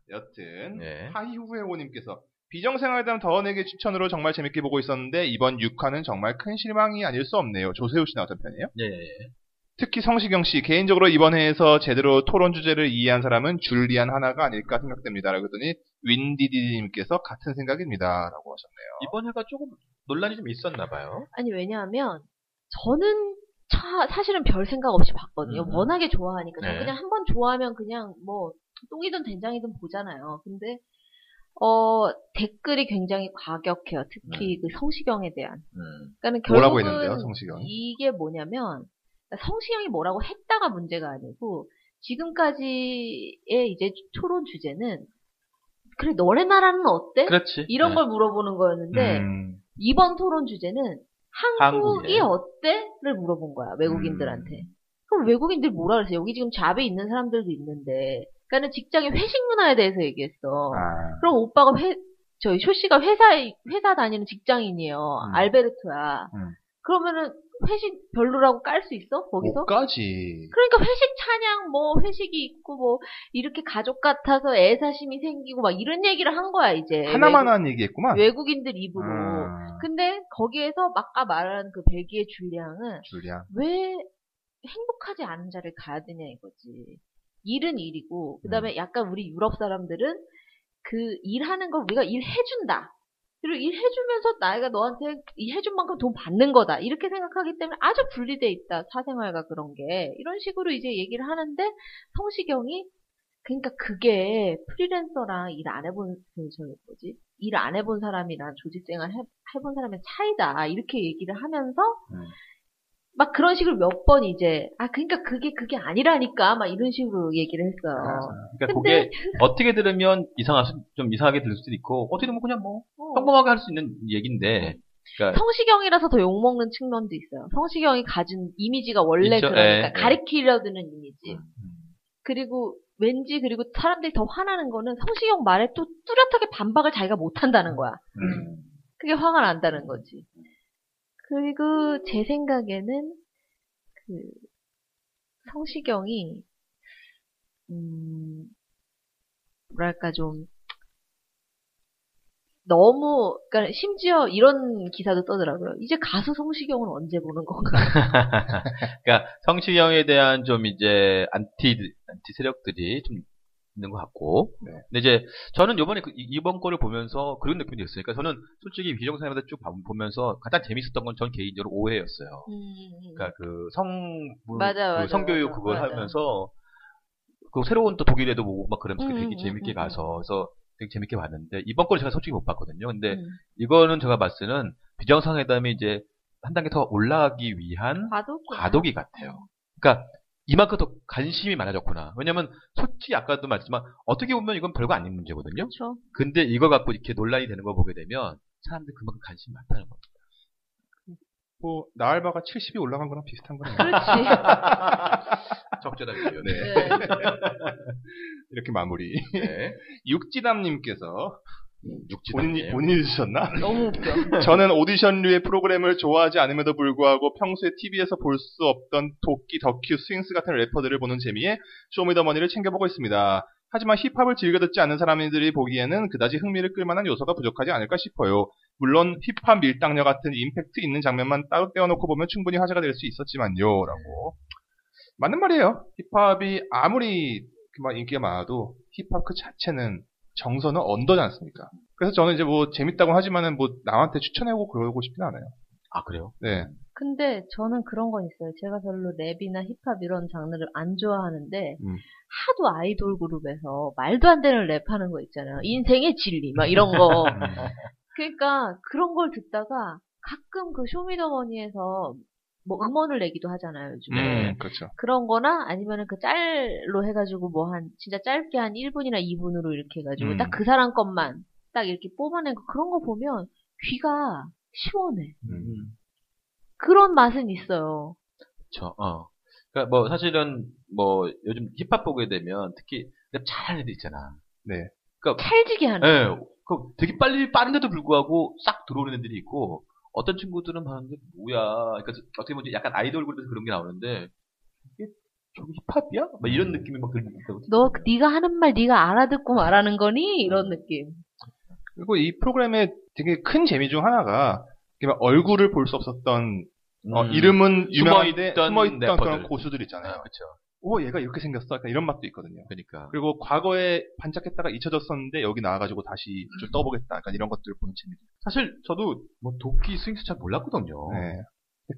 Speaker 3: 여튼
Speaker 4: 네.
Speaker 3: 하이후에오님께서 비정생활담 더원에게 추천으로 정말 재밌게 보고 있었는데 이번 6화는 정말 큰 실망이 아닐 수 없네요. 조세호 씨 나왔던 편이에요?
Speaker 4: 예, 예.
Speaker 3: 특히 성시경 씨 개인적으로 이번 회에서 제대로 토론 주제를 이해한 사람은 줄리안 하나가 아닐까 생각됩니다. 라고 했더니 윈디디님께서 같은 생각입니다라고 하셨네요.
Speaker 4: 이번 회가 조금 논란이 좀 있었나 봐요.
Speaker 2: 아니 왜냐하면 저는 차- 사실은 별 생각 없이 봤거든요.
Speaker 4: 음.
Speaker 2: 워낙에 좋아하니까 저
Speaker 4: 네.
Speaker 2: 그냥 한 번 좋아하면 그냥 뭐 똥이든 된장이든 보잖아요. 근데 어 댓글이 굉장히 과격해요. 특히 그 성시경에 대한.
Speaker 4: 음.
Speaker 2: 그러니까
Speaker 3: 네. 뭐라고
Speaker 2: 결국은
Speaker 3: 했는데요,
Speaker 4: 네.
Speaker 3: 성시경이?
Speaker 2: 이게 뭐냐면 그러니까 성시경이 뭐라고 했다가 문제가 아니고 지금까지의 이제 토론 주제는 그래 너네 나라는 어때?
Speaker 4: 그렇지.
Speaker 2: 이런
Speaker 4: 예.
Speaker 2: 걸 물어보는 거였는데
Speaker 3: 음,
Speaker 2: 이번 토론 주제는 한국이
Speaker 4: 한국이네.
Speaker 2: 어때?를 물어본 거야 외국인들한테.
Speaker 4: 음.
Speaker 3: 음.
Speaker 2: 그럼 외국인들 뭐라 그랬어? 여기 지금 잡에 있는 사람들도 있는데, 그러니까는 직장의 회식 문화에 대해서 얘기했어.
Speaker 3: 아,
Speaker 2: 그럼 오빠가 회 저희 쇼 씨가 회사에 회사 다니는 직장인이에요.
Speaker 3: 음.
Speaker 2: 알베르토야.
Speaker 3: 음.
Speaker 2: 그러면은 회식 별로라고 깔 수 있어?
Speaker 3: 뭐
Speaker 2: 거기서?
Speaker 3: 못까지.
Speaker 2: 그러니까 회식 찬양 뭐 회식이 있고 뭐 이렇게 가족 같아서 애사심이 생기고 막 이런 얘기를 한 거야 이제
Speaker 3: 하나만한 얘기했구만.
Speaker 2: 네, 외국, 인들 입으로
Speaker 3: 음,
Speaker 2: 근데 거기에서 아까 말한 그 벨기에 줄리앙은
Speaker 3: 줄리안.
Speaker 2: 왜 행복하지 않은 자를 가야 되냐 이거지 일은 일이고 그다음에 약간 우리 유럽 사람들은 그 일하는 걸 우리가 일해준다 그리고 일해주면서 내가 너한테 일해준 만큼 돈 받는 거다 이렇게 생각하기 때문에 아주 분리돼 있다 사생활과 그런 게 이런 식으로 이제 얘기를 하는데 성시경이 그러니까 그게 프리랜서랑 일 안 해본 그 저기 뭐지 일 안 해본 사람이랑 조직생활 해- 해본 사람의 차이다 이렇게 얘기를 하면서
Speaker 3: 음.
Speaker 2: 막 그런 식으로 몇 번 이제 아 그러니까 그게 그게 아니라니까 막 이런 식으로 얘기를
Speaker 3: 맞아.
Speaker 2: 했어요.
Speaker 4: 그러니까
Speaker 2: 근데-
Speaker 4: 그게 어떻게 들으면 이상할 수, 좀 이상하게 들릴 수도 있고 어떻게 들으면 그냥 뭐
Speaker 2: 어.
Speaker 4: 평범하게 할 수 있는 얘기인데. 그러니까
Speaker 2: 성시경이라서 더 욕먹는 측면도 있어요. 성시경이 가진 이미지가 원래
Speaker 4: 있죠. 예,
Speaker 2: 그러니까
Speaker 4: 예.
Speaker 2: 가리키려드는 이미지.
Speaker 4: 음.
Speaker 2: 그리고 왠지 그리고 사람들이 더 화나는 거는 성시경 말에 또 뚜렷하게 반박을 자기가 못한다는 거야.
Speaker 4: 음.
Speaker 2: 그게 화가 난다는 거지. 그리고 제 생각에는 그 성시경이 음 뭐랄까 좀 너무 그러니까 심지어 이런 기사도 떠더라고요. 이제 가수 성시경은 언제 보는 건가?
Speaker 4: 그러니까 성시경에 대한 좀 이제 안티 안티 세력들이 좀 있는 것 같고.
Speaker 3: 네.
Speaker 4: 근데 이제 저는 요번에 그 이- 이번 거를 보면서 그런 느낌이 있으니까 저는 솔직히 비정상에다 쭉 봐- 보면서 가장 재밌었던 건 전 개인적으로 오해였어요.
Speaker 2: 음,
Speaker 4: 그러니까 그 성, 문-
Speaker 2: 맞아,
Speaker 4: 그
Speaker 2: 맞아,
Speaker 4: 성교육
Speaker 2: 맞아,
Speaker 4: 그걸
Speaker 2: 맞아.
Speaker 4: 하면서 그 새로운 또 독일에도 보고 막 그러면서
Speaker 2: 음,
Speaker 4: 되게
Speaker 2: 음,
Speaker 4: 재밌게
Speaker 2: 음,
Speaker 4: 가서 그래서 되게 재밌게 봤는데 이번 걸 제가 솔직히 못 봤거든요. 근데
Speaker 2: 음.
Speaker 4: 이거는 제가 봤을 때는 비정상회담이 이제 한 단계 더 올라가기 위한
Speaker 2: 과도기.
Speaker 4: 과도기 같아요. 그러니까 이만큼 더 관심이 많아졌구나. 왜냐면 솔직히 아까도 말했지만 어떻게 보면 이건 별거 아닌 문제거든요.
Speaker 2: 그렇죠.
Speaker 4: 근데 이걸 갖고 이렇게 논란이 되는 걸 보게 되면 사람들 그만큼 관심이 많다는 겁니다.
Speaker 3: 뭐 나알바가 70이 올라간 거랑 비슷한 거네요.
Speaker 2: 그렇지.
Speaker 4: 적절하게 표현. 네.
Speaker 2: 네.
Speaker 3: 이렇게 마무리.
Speaker 4: 네.
Speaker 3: 육지남님께서
Speaker 4: 육지
Speaker 3: 네. 본인이
Speaker 2: 네.
Speaker 3: 본인이 주셨나?
Speaker 2: 너무 웃겨.
Speaker 3: 저는 오디션류의 프로그램을 좋아하지 않음에도 불구하고 평소에 TV에서 볼 수 없던 도끼, 더큐, 스윙스 같은 래퍼들을 보는 재미에 쇼미더머니를 챙겨보고 있습니다. 하지만 힙합을 즐겨 듣지 않는 사람들이 보기에는 그다지 흥미를 끌만한 요소가 부족하지 않을까 싶어요. 물론 힙합 밀당녀 같은 임팩트 있는 장면만 따로 떼어놓고 보면 충분히 화제가 될 수 있었지만요라고. 맞는 말이에요. 힙합이 아무리 막 인기가 많아도 힙합 그 자체는 정서는 언더지 않습니까? 그래서 저는 이제 뭐 재밌다고 하지만은 뭐 남한테 추천하고 그러고 싶진 않아요.
Speaker 4: 아 그래요?
Speaker 3: 네.
Speaker 2: 근데 저는 그런 건 있어요. 제가 별로 랩이나 힙합 이런 장르를 안 좋아하는데
Speaker 3: 음.
Speaker 2: 하도 아이돌 그룹에서 말도 안 되는 랩하는 거 있잖아요. 인생의 진리 막 이런 거. 그러니까 그런 걸 듣다가 가끔 그 쇼미더머니에서 뭐 음원을 내기도 하잖아요, 요즘에.
Speaker 4: 네.
Speaker 3: 음, 그렇죠.
Speaker 2: 그런 거나 아니면은 그 짤로 해가지고 뭐 한, 진짜 짧게 한 1분이나 2분으로 이렇게 해가지고
Speaker 3: 음.
Speaker 2: 딱 그 사람 것만 딱 이렇게 뽑아낸 거 그런 거 보면 귀가 시원해.
Speaker 3: 음.
Speaker 2: 그런 맛은 있어요.
Speaker 4: 음. 그렇죠. 어. 그러니까 뭐 사실은 뭐 요즘 힙합 보게 되면 특히 랩 잘하는 애들 있잖아.
Speaker 3: 네.
Speaker 2: 찰지게 하는.
Speaker 4: 예. 그 되게 빨리 빠른데도 불구하고 싹 들어오는 애들이 있고 어떤 친구들은 봤는데 뭐야. 그러니까 어떻게 보면 약간 아이돌 그룹에서 그런 게 나오는데 이게 저기 힙합이야? 막 이런 느낌이 막 들고 있다고.
Speaker 2: 너그 네가 하는 말 네가 알아듣고 말하는 거니? 이런 느낌.
Speaker 3: 그리고 이 프로그램의 되게 큰 재미 중 하나가 이렇게 막 얼굴을 볼 수 없었던 어,
Speaker 4: 음.
Speaker 3: 이름은 유명한데
Speaker 4: 숨어있던
Speaker 3: 숨어있던 그런
Speaker 4: 래퍼들.
Speaker 3: 고수들
Speaker 4: 아,
Speaker 3: 있잖아요.
Speaker 4: 그렇죠.
Speaker 3: 오 얘가 이렇게 생겼어. 약간 이런 맛도 있거든요.
Speaker 4: 그러니까.
Speaker 3: 그리고 과거에 반짝했다가 잊혀졌었는데 여기 나와가지고 다시 좀 떠보겠다. 약간 이런 것들 보는 재미.
Speaker 4: 사실 저도 뭐 도끼 스윙스 잘 몰랐거든요.
Speaker 3: 네.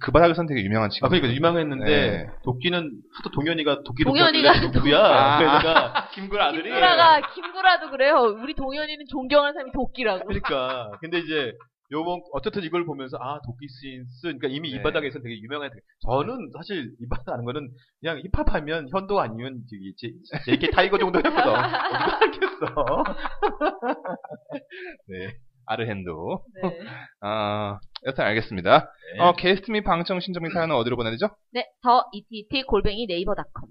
Speaker 3: 그 바닥에선 되게 유명한 친구.
Speaker 4: 아, 그러니까 유명했는데
Speaker 3: 네.
Speaker 4: 도끼는 하도 동현이가 도끼
Speaker 2: 동현이가
Speaker 4: 도끼 누구야? 그러니까
Speaker 3: 아.
Speaker 4: 그래서 내가
Speaker 3: 김구 아들이.
Speaker 2: 김구라가 김구라도 그래요. 우리 동현이는 존경하는 사람이 도끼라고.
Speaker 4: 그러니까 근데 이제 요번 어쨌든 이걸 보면서 아 도끼 스인스 그러니까 이미
Speaker 3: 네.
Speaker 4: 이 바닥에서 되게 유명한 저는 사실 이 바닥 아는 거는 그냥 힙합하면 현도 아니면 저기 제 JK 타이거 정도 했거든 어디가 알겠어
Speaker 3: 네. 아르헨도.
Speaker 2: 네.
Speaker 3: 아 여튼 알겠습니다.
Speaker 4: 네.
Speaker 3: 어 게스트 및 방청 신청 및 사연은 어디로 보내야 되죠?
Speaker 2: 네, 더 이티이티 골뱅이 네이버닷컴.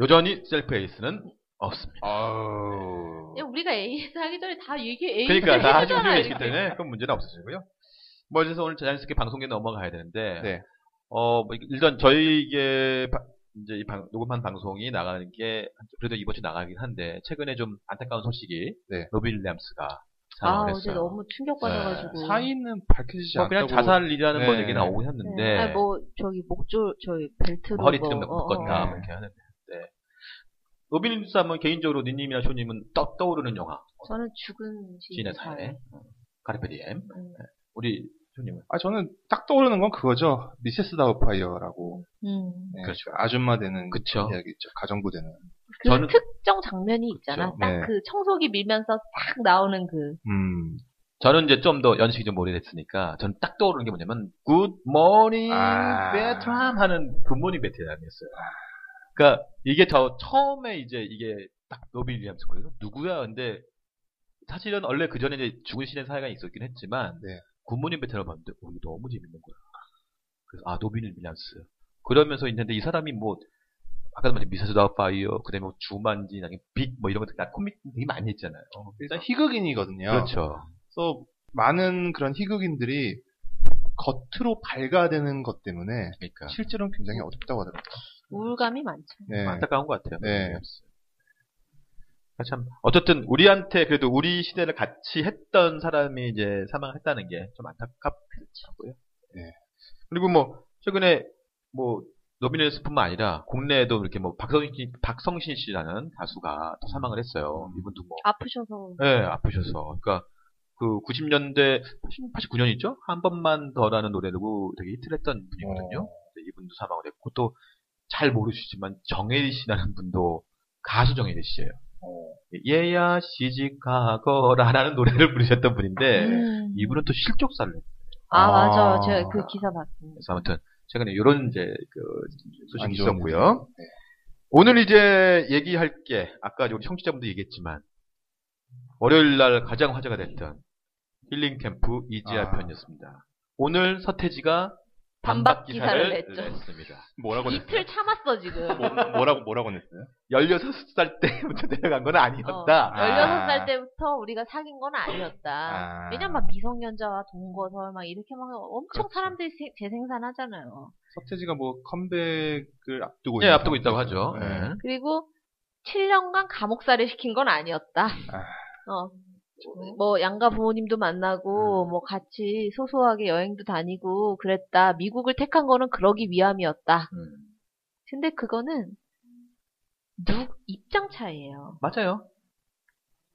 Speaker 4: 여전히 셀프 에이스는 없습니다
Speaker 3: 아우.
Speaker 2: 그냥 네, 우리가 AS 하기 전에 다 얘기 AS
Speaker 4: 어. 그러니까 다
Speaker 2: 해주잖아요,
Speaker 4: 준비했기
Speaker 2: 이렇게.
Speaker 4: 때문에 그건 문제는 없으시고요. 뭐 그래서 오늘 자연스럽게 방송에 넘어가야 되는데
Speaker 3: 네.
Speaker 4: 어, 뭐 일단 저희 이게 바- 이제 이 방- 녹음한 방송이 나가는 게 그래도 이번 주 나가긴 한데 최근에 좀 안타까운 소식이
Speaker 3: 네.
Speaker 4: 로빈 램스가
Speaker 2: 아
Speaker 4: 사망을
Speaker 2: 어제
Speaker 4: 했어요. 네,
Speaker 2: 너무 충격받아가지고
Speaker 3: 사인은 밝혀지지
Speaker 4: 뭐 그냥
Speaker 3: 않다고.
Speaker 4: 자살이라는
Speaker 3: 네.
Speaker 4: 번 얘기 나오긴
Speaker 2: 네.
Speaker 4: 했는데
Speaker 2: 아니, 뭐 저기 목줄 저기 벨트로
Speaker 4: 허리 좀 묶었다
Speaker 3: 어.
Speaker 4: 뭐 이렇게 하는데 네. 로빈 램스 하면 개인적으로 니님이나 쇼님은 떠, 떠오르는 영화
Speaker 2: 어. 저는 죽은 네.
Speaker 4: 시인의 사회 네. 가르페디엠 우리 쇼님은
Speaker 3: 아 저는 딱 떠오르는 건 그거죠. 미세스 다우파이어라고.
Speaker 2: 음.
Speaker 3: 네,
Speaker 4: 그렇죠.
Speaker 3: 아줌마 되는
Speaker 4: 그쵸
Speaker 3: 이야기죠. 가정부 되는.
Speaker 2: 그
Speaker 4: 저는-
Speaker 2: 특정 장면이 있잖아.
Speaker 4: 그렇죠.
Speaker 2: 딱
Speaker 3: 네.
Speaker 2: 그 청소기 밀면서 딱 나오는 그
Speaker 3: 음.
Speaker 4: 저는 이제 좀 더 연식이 좀 오래됐으니까 저는 딱 떠오르는 게 뭐냐면 Good morning
Speaker 3: 아.
Speaker 4: 베트남 하는 Good morning 베트남이었어요. 그러니까 이게 저 처음에 이제 이게 딱 로빈 윌리엄스 거예요. 누구야? 근데 사실은 원래 그 전에 이제 죽은 신의 사회가 있었긴 했지만
Speaker 3: 네.
Speaker 4: Good morning 베트남 봤는데 오, 이거 너무 재밌는 거야. 그래서 아 로빈 윌리엄스 그러면서 있는데 이 사람이 뭐 아까도 말했 미세스 다파이어 그다음에 뭐 주만지 나중에 빅뭐 이런 것들 다 코믹 되게 많이 했잖아요.
Speaker 3: 일단 희극인이거든요.
Speaker 4: 그렇죠.
Speaker 3: 그래서 많은 그런 희극인들이 겉으로 밝아되는 것 때문에
Speaker 4: 그러니까
Speaker 3: 실제로는 굉장히 어둡다고 하더라고요.
Speaker 2: 우울감이 많죠.
Speaker 3: 네.
Speaker 4: 안타까운 것 같아요.
Speaker 3: 네.
Speaker 4: 그러니까 참 어쨌든 우리한테 그래도 우리 시대를 같이 했던 사람이 이제 사망했다는 게 좀 안타깝고요.
Speaker 3: 네.
Speaker 4: 그리고 뭐 최근에 뭐 노미네스뿐만 아니라 국내에도 이렇게 뭐 박성신 박성신 씨라는 가수가 또 사망을 했어요.
Speaker 3: 음.
Speaker 4: 이분도 뭐
Speaker 2: 아프셔서
Speaker 4: 예, 아프셔서. 그러니까 그 90년대 89년이죠? 한 번만 더라는 노래로 되게 히트를 했던 분이거든요. 근데 이분도 사망을 했고 또 잘 모르시지만 정혜리 씨라는 분도 가수 정혜리 씨예요. 얘야 시집가거라라는 노래를 부르셨던 분인데
Speaker 2: 음.
Speaker 4: 이분은 또 실족사를 했어요.
Speaker 2: 아,
Speaker 3: 아.
Speaker 2: 맞아요. 제가 그 기사 봤습니다.
Speaker 4: 그래서 아무튼 최근에 이런 이제 그
Speaker 3: 안
Speaker 4: 소식이
Speaker 3: 좋은 네.
Speaker 4: 있었고요. 오늘 이제 얘기할 게 아까 우리 청취자분도 얘기했지만 월요일 날 가장 화제가 됐던 힐링 캠프 이지아
Speaker 3: 아.
Speaker 4: 편이었습니다. 오늘 서태지가
Speaker 2: 반박
Speaker 4: 반박
Speaker 2: 기사를
Speaker 4: 기사를
Speaker 2: 냈죠.
Speaker 4: 냈습니다.
Speaker 3: 뭐라고
Speaker 2: 이틀 참았어 지금.
Speaker 3: 뭐, 뭐라고 뭐라고 냈어요?
Speaker 4: 16살 때부터 내려간 건
Speaker 2: 어,
Speaker 4: 아니었다.
Speaker 2: 16살 때부터 우리가 사귄 건 아니었다.
Speaker 3: 아.
Speaker 2: 왜냐면 막 미성년자와 동거설 막 이렇게 막 엄청
Speaker 3: 그렇죠.
Speaker 2: 사람들이 세- 재생산하잖아요.
Speaker 3: 서태지가 뭐 컴백을 앞두고
Speaker 4: 예,
Speaker 3: 있는
Speaker 4: 앞두고 있다고 하죠.
Speaker 3: 네.
Speaker 4: 예.
Speaker 2: 그리고 7년간 감옥살이 시킨 건 아니었다. 어. 뭐 양가 부모님도 만나고 뭐 같이 소소하게 여행도 다니고 그랬다. 미국을 택한 거는 그러기 위함이었다.
Speaker 4: 음.
Speaker 2: 근데 그거는 누 입장 차이예요.
Speaker 4: 맞아요.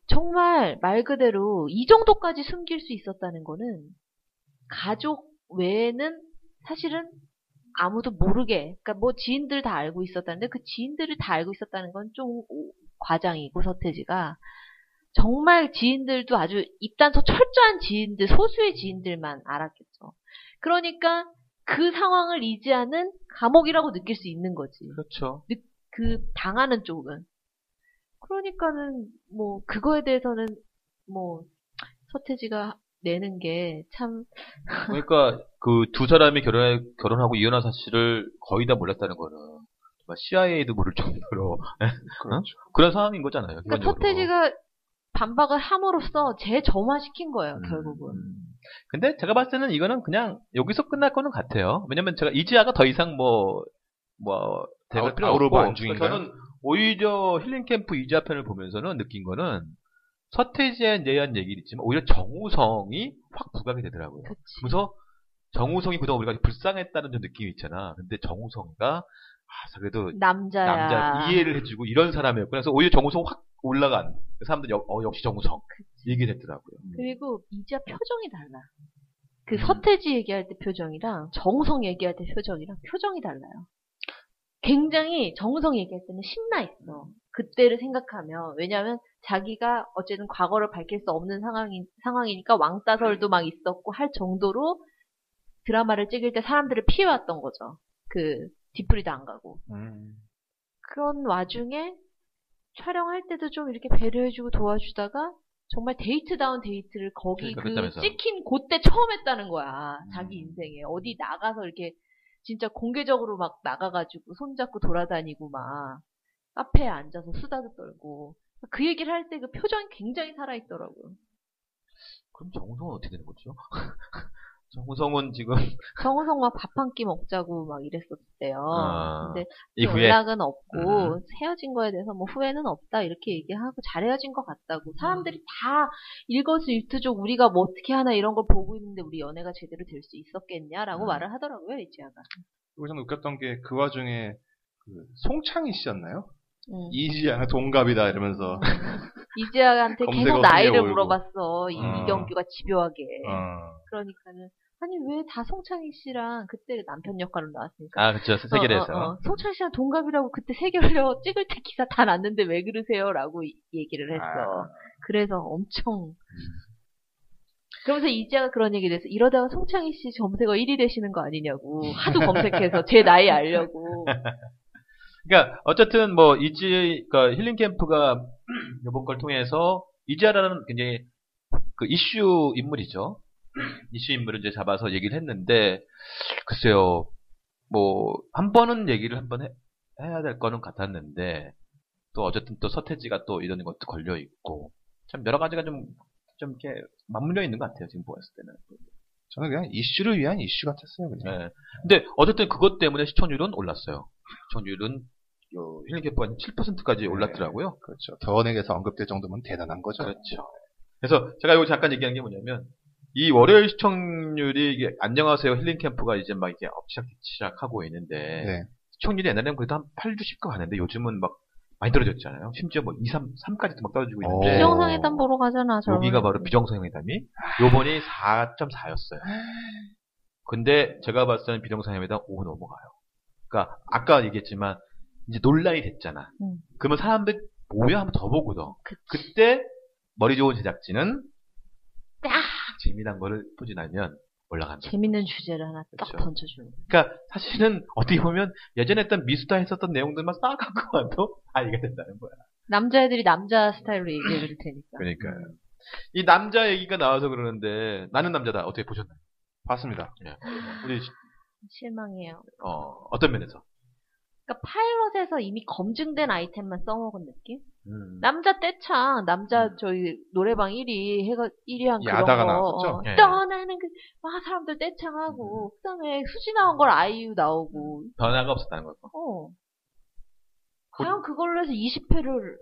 Speaker 2: 정말 말 그대로 이 정도까지 숨길 수 있었다는 거는 가족 외에는 사실은 아무도 모르게, 그러니까 뭐 지인들 다 알고 있었다는데 그 지인들을 다 알고 있었다는 건 좀 과장이고 서태지가 정말 지인들도 아주 입단서 철저한 지인들, 소수의 지인들만 알았겠죠. 그러니까 그 상황을 이지하는 감옥이라고 느낄 수 있는 거지.
Speaker 4: 그렇죠.
Speaker 2: 그 당하는 쪽은. 그러니까는 뭐 그거에 대해서는 뭐 서태지가 내는 게 참
Speaker 4: 그러니까 그 두 사람이 결혼 결혼하고 이혼한 사실을 거의 다 몰랐다는 거는 정말 CIA도 모를 정도로 어?
Speaker 3: 그렇죠.
Speaker 4: 그런 상황인 거잖아요.
Speaker 2: 그러니까
Speaker 4: 기본적으로.
Speaker 2: 서태지가 반박을 함으로써 재점화시킨 거예요
Speaker 4: 음.
Speaker 2: 결국은.
Speaker 4: 근데 제가 봤을 때는 이거는 그냥 여기서 끝날 거는 같아요. 왜냐면 제가 이지아가 더 이상 뭐, 뭐,
Speaker 3: 아우-
Speaker 4: 대갈 필요
Speaker 3: 아우르바
Speaker 4: 없고.
Speaker 3: 안중인가요?
Speaker 4: 저는 오히려 힐링캠프 이지아 편을 보면서는 느낀 거는 서태지에 대한 얘기는 있지만 오히려 정우성이 확 부각이 되더라고요.
Speaker 2: 그치.
Speaker 4: 그래서 정우성이 그동안 우리가 불쌍했다는 좀 느낌이 있잖아. 근데 정우성과 아, 그래도
Speaker 2: 남자야.
Speaker 4: 남자 이해를 해주고 이런 사람이었고 그래서 오히려 정우성 확 올라간 사람들 이 어, 역시 정우성 얘기 됐더라고요.
Speaker 2: 그리고 이지아 표정이 달라. 그 서태지 얘기할 때 표정이랑 정우성 얘기할 때 표정이랑 표정이 달라요. 굉장히 정우성 얘기할 때는 신나 있어. 그때를 생각하면 왜냐하면 자기가 어쨌든 과거를 밝힐 수 없는 상황이, 상황이니까 왕따설도 막 있었고 할 정도로 드라마를 찍을 때 사람들을 피해왔던 거죠. 그 뒤풀이도 안 가고.
Speaker 3: 음.
Speaker 2: 그런 와중에 촬영할 때도 좀 이렇게 배려해주고 도와주다가 정말 데이트다운 데이트를 거기
Speaker 4: 그러니까
Speaker 2: 그
Speaker 4: 그랬다면서.
Speaker 2: 찍힌 그때 처음 했다는 거야 자기
Speaker 3: 음.
Speaker 2: 인생에 어디 나가서 이렇게 진짜 공개적으로 막 나가가지고 손잡고 돌아다니고 막 카페에 앉아서 수다도 떨고 그 얘기를 할 때 그 표정이 굉장히 살아있더라고요.
Speaker 4: 그럼 정우성은 어떻게 되는 거죠? 정우성은 지금
Speaker 2: 정우성과 밥 한 끼 먹자고 막 이랬었대요.
Speaker 4: 아,
Speaker 2: 근데
Speaker 4: 이후에
Speaker 2: 연락은 없고
Speaker 3: 음.
Speaker 2: 헤어진 거에 대해서 뭐 후회는 없다 이렇게 얘기하고 잘 헤어진 것
Speaker 3: 음.
Speaker 2: 같다고 사람들이 다 일거수일투족 우리가 뭐 어떻게 하나 이런 걸 보고 있는데 우리 연애가 제대로 될 수 있었겠냐라고
Speaker 3: 음.
Speaker 2: 말을 하더라고요 이지아가.
Speaker 3: 여기서 웃겼던 게 그 와중에 그 송창희 씨였나요?
Speaker 2: 음.
Speaker 3: 이지아랑 동갑이다 이러면서
Speaker 2: 이지아한테
Speaker 3: 검색어
Speaker 2: 계속 나이를
Speaker 3: 올고.
Speaker 2: 물어봤어 이경규가 집요하게.
Speaker 3: 어,
Speaker 2: 그러니까는 아니 왜 다 송창희 씨랑 그때 남편 역할로 나왔으니까.
Speaker 4: 아 그렇죠 세계대에서
Speaker 2: 어, 어, 어. 송창희 씨랑 동갑이라고 그때 세계로 찍을 때 기사 다 났는데 왜 그러세요라고 이- 얘기를 했어.
Speaker 3: 아.
Speaker 2: 그래서 엄청.
Speaker 4: 음.
Speaker 2: 그러면서 이지아가 그런 얘기를 했어. 이러다가 송창희 씨 검색어 1위 되시는 거 아니냐고. 하도 검색해서 제 나이 알려고.
Speaker 4: 그러니까 어쨌든 뭐 이지 그러니까 힐링 캠프가 이번 걸 통해서 이지아라는 굉장히 그 이슈 인물이죠. 이슈 인물을 이제 잡아서 얘기를 했는데 글쎄요 뭐 한 번은 얘기를 한 번 해야 될 거는 같았는데 또 어쨌든 또 서태지가 또 이런 것도 걸려 있고 참 여러 가지가 좀 좀 이렇게 맞물려 있는 것 같아요 지금 보았을 때는.
Speaker 3: 저는 그냥 이슈를 위한 이슈 같았어요 그냥.
Speaker 4: 예. 근데 어쨌든 그것 때문에 시청률은 올랐어요. 시청률은 요 힐링 캠프가 7%까지 올랐더라고요.
Speaker 3: 그렇죠. 더원에게서 언급될 정도면 대단한 거죠.
Speaker 4: 그렇죠. 그래서 제가 여기 잠깐 얘기한 게 뭐냐면 이 월요일 시청률이 이게 안녕하세요 힐링 캠프가 이제 막 이게 업 시작 시작하고 있는데
Speaker 3: 네.
Speaker 4: 시청률이 옛날에는 그래도 한 8주 10주 가는데 요즘은 막 많이 떨어졌잖아요. 심지어 뭐 2, 3, 3까지도 막 떨어지고
Speaker 3: 네.
Speaker 4: 있는데
Speaker 3: 비정-
Speaker 2: 비정상회담 보러 가잖아, 저
Speaker 4: 여기가 바로 비정상회담이 요번이 4.4였어요. 근데 제가 봤을 때는 비정상회담 5 넘어가요. 그러니까 아까 얘기했지만 이제 논란이 됐잖아.
Speaker 2: 음.
Speaker 4: 그러면 사람들 뭐야 한번 더 보거든. 그때 머리 좋은 제작진은
Speaker 2: 딱!
Speaker 4: 재미난 거를 포진하면 올라간다.
Speaker 2: 재밌는 주제를 하나 딱
Speaker 4: 그렇죠.
Speaker 2: 던져주는 거야.
Speaker 4: 그러니까 사실은 어떻게 보면 예전에 했던 미스터 했었던 내용들만 쌓아갖고 와도 아 이게 된다는 거야.
Speaker 2: 남자애들이 남자 스타일로 얘기해 줄 테니까.
Speaker 4: 그러니까 이 남자 얘기가 나와서 그러는데 나는 남자다 어떻게 보셨나요? 예.
Speaker 3: 봤습니다.
Speaker 4: 우리
Speaker 2: 실망해요.
Speaker 4: 어, 어떤 면에서?
Speaker 2: 그러니까 파일럿에서 이미 검증된 아이템만 써먹은 느낌?
Speaker 4: 음.
Speaker 2: 남자 떼창, 남자
Speaker 4: 음.
Speaker 2: 저희 노래방 1위 해가 1위 한
Speaker 3: 이
Speaker 2: 그런
Speaker 3: 아다가
Speaker 2: 거.
Speaker 3: 나왔었죠?
Speaker 2: 어,
Speaker 4: 예.
Speaker 2: 떠나는 그, 와 사람들 떼창하고 그다음에 수지 나온 걸 아이유 나오고.
Speaker 4: 변화가 없었다는 거고.
Speaker 2: 어. 과연 그걸로 해서 20회를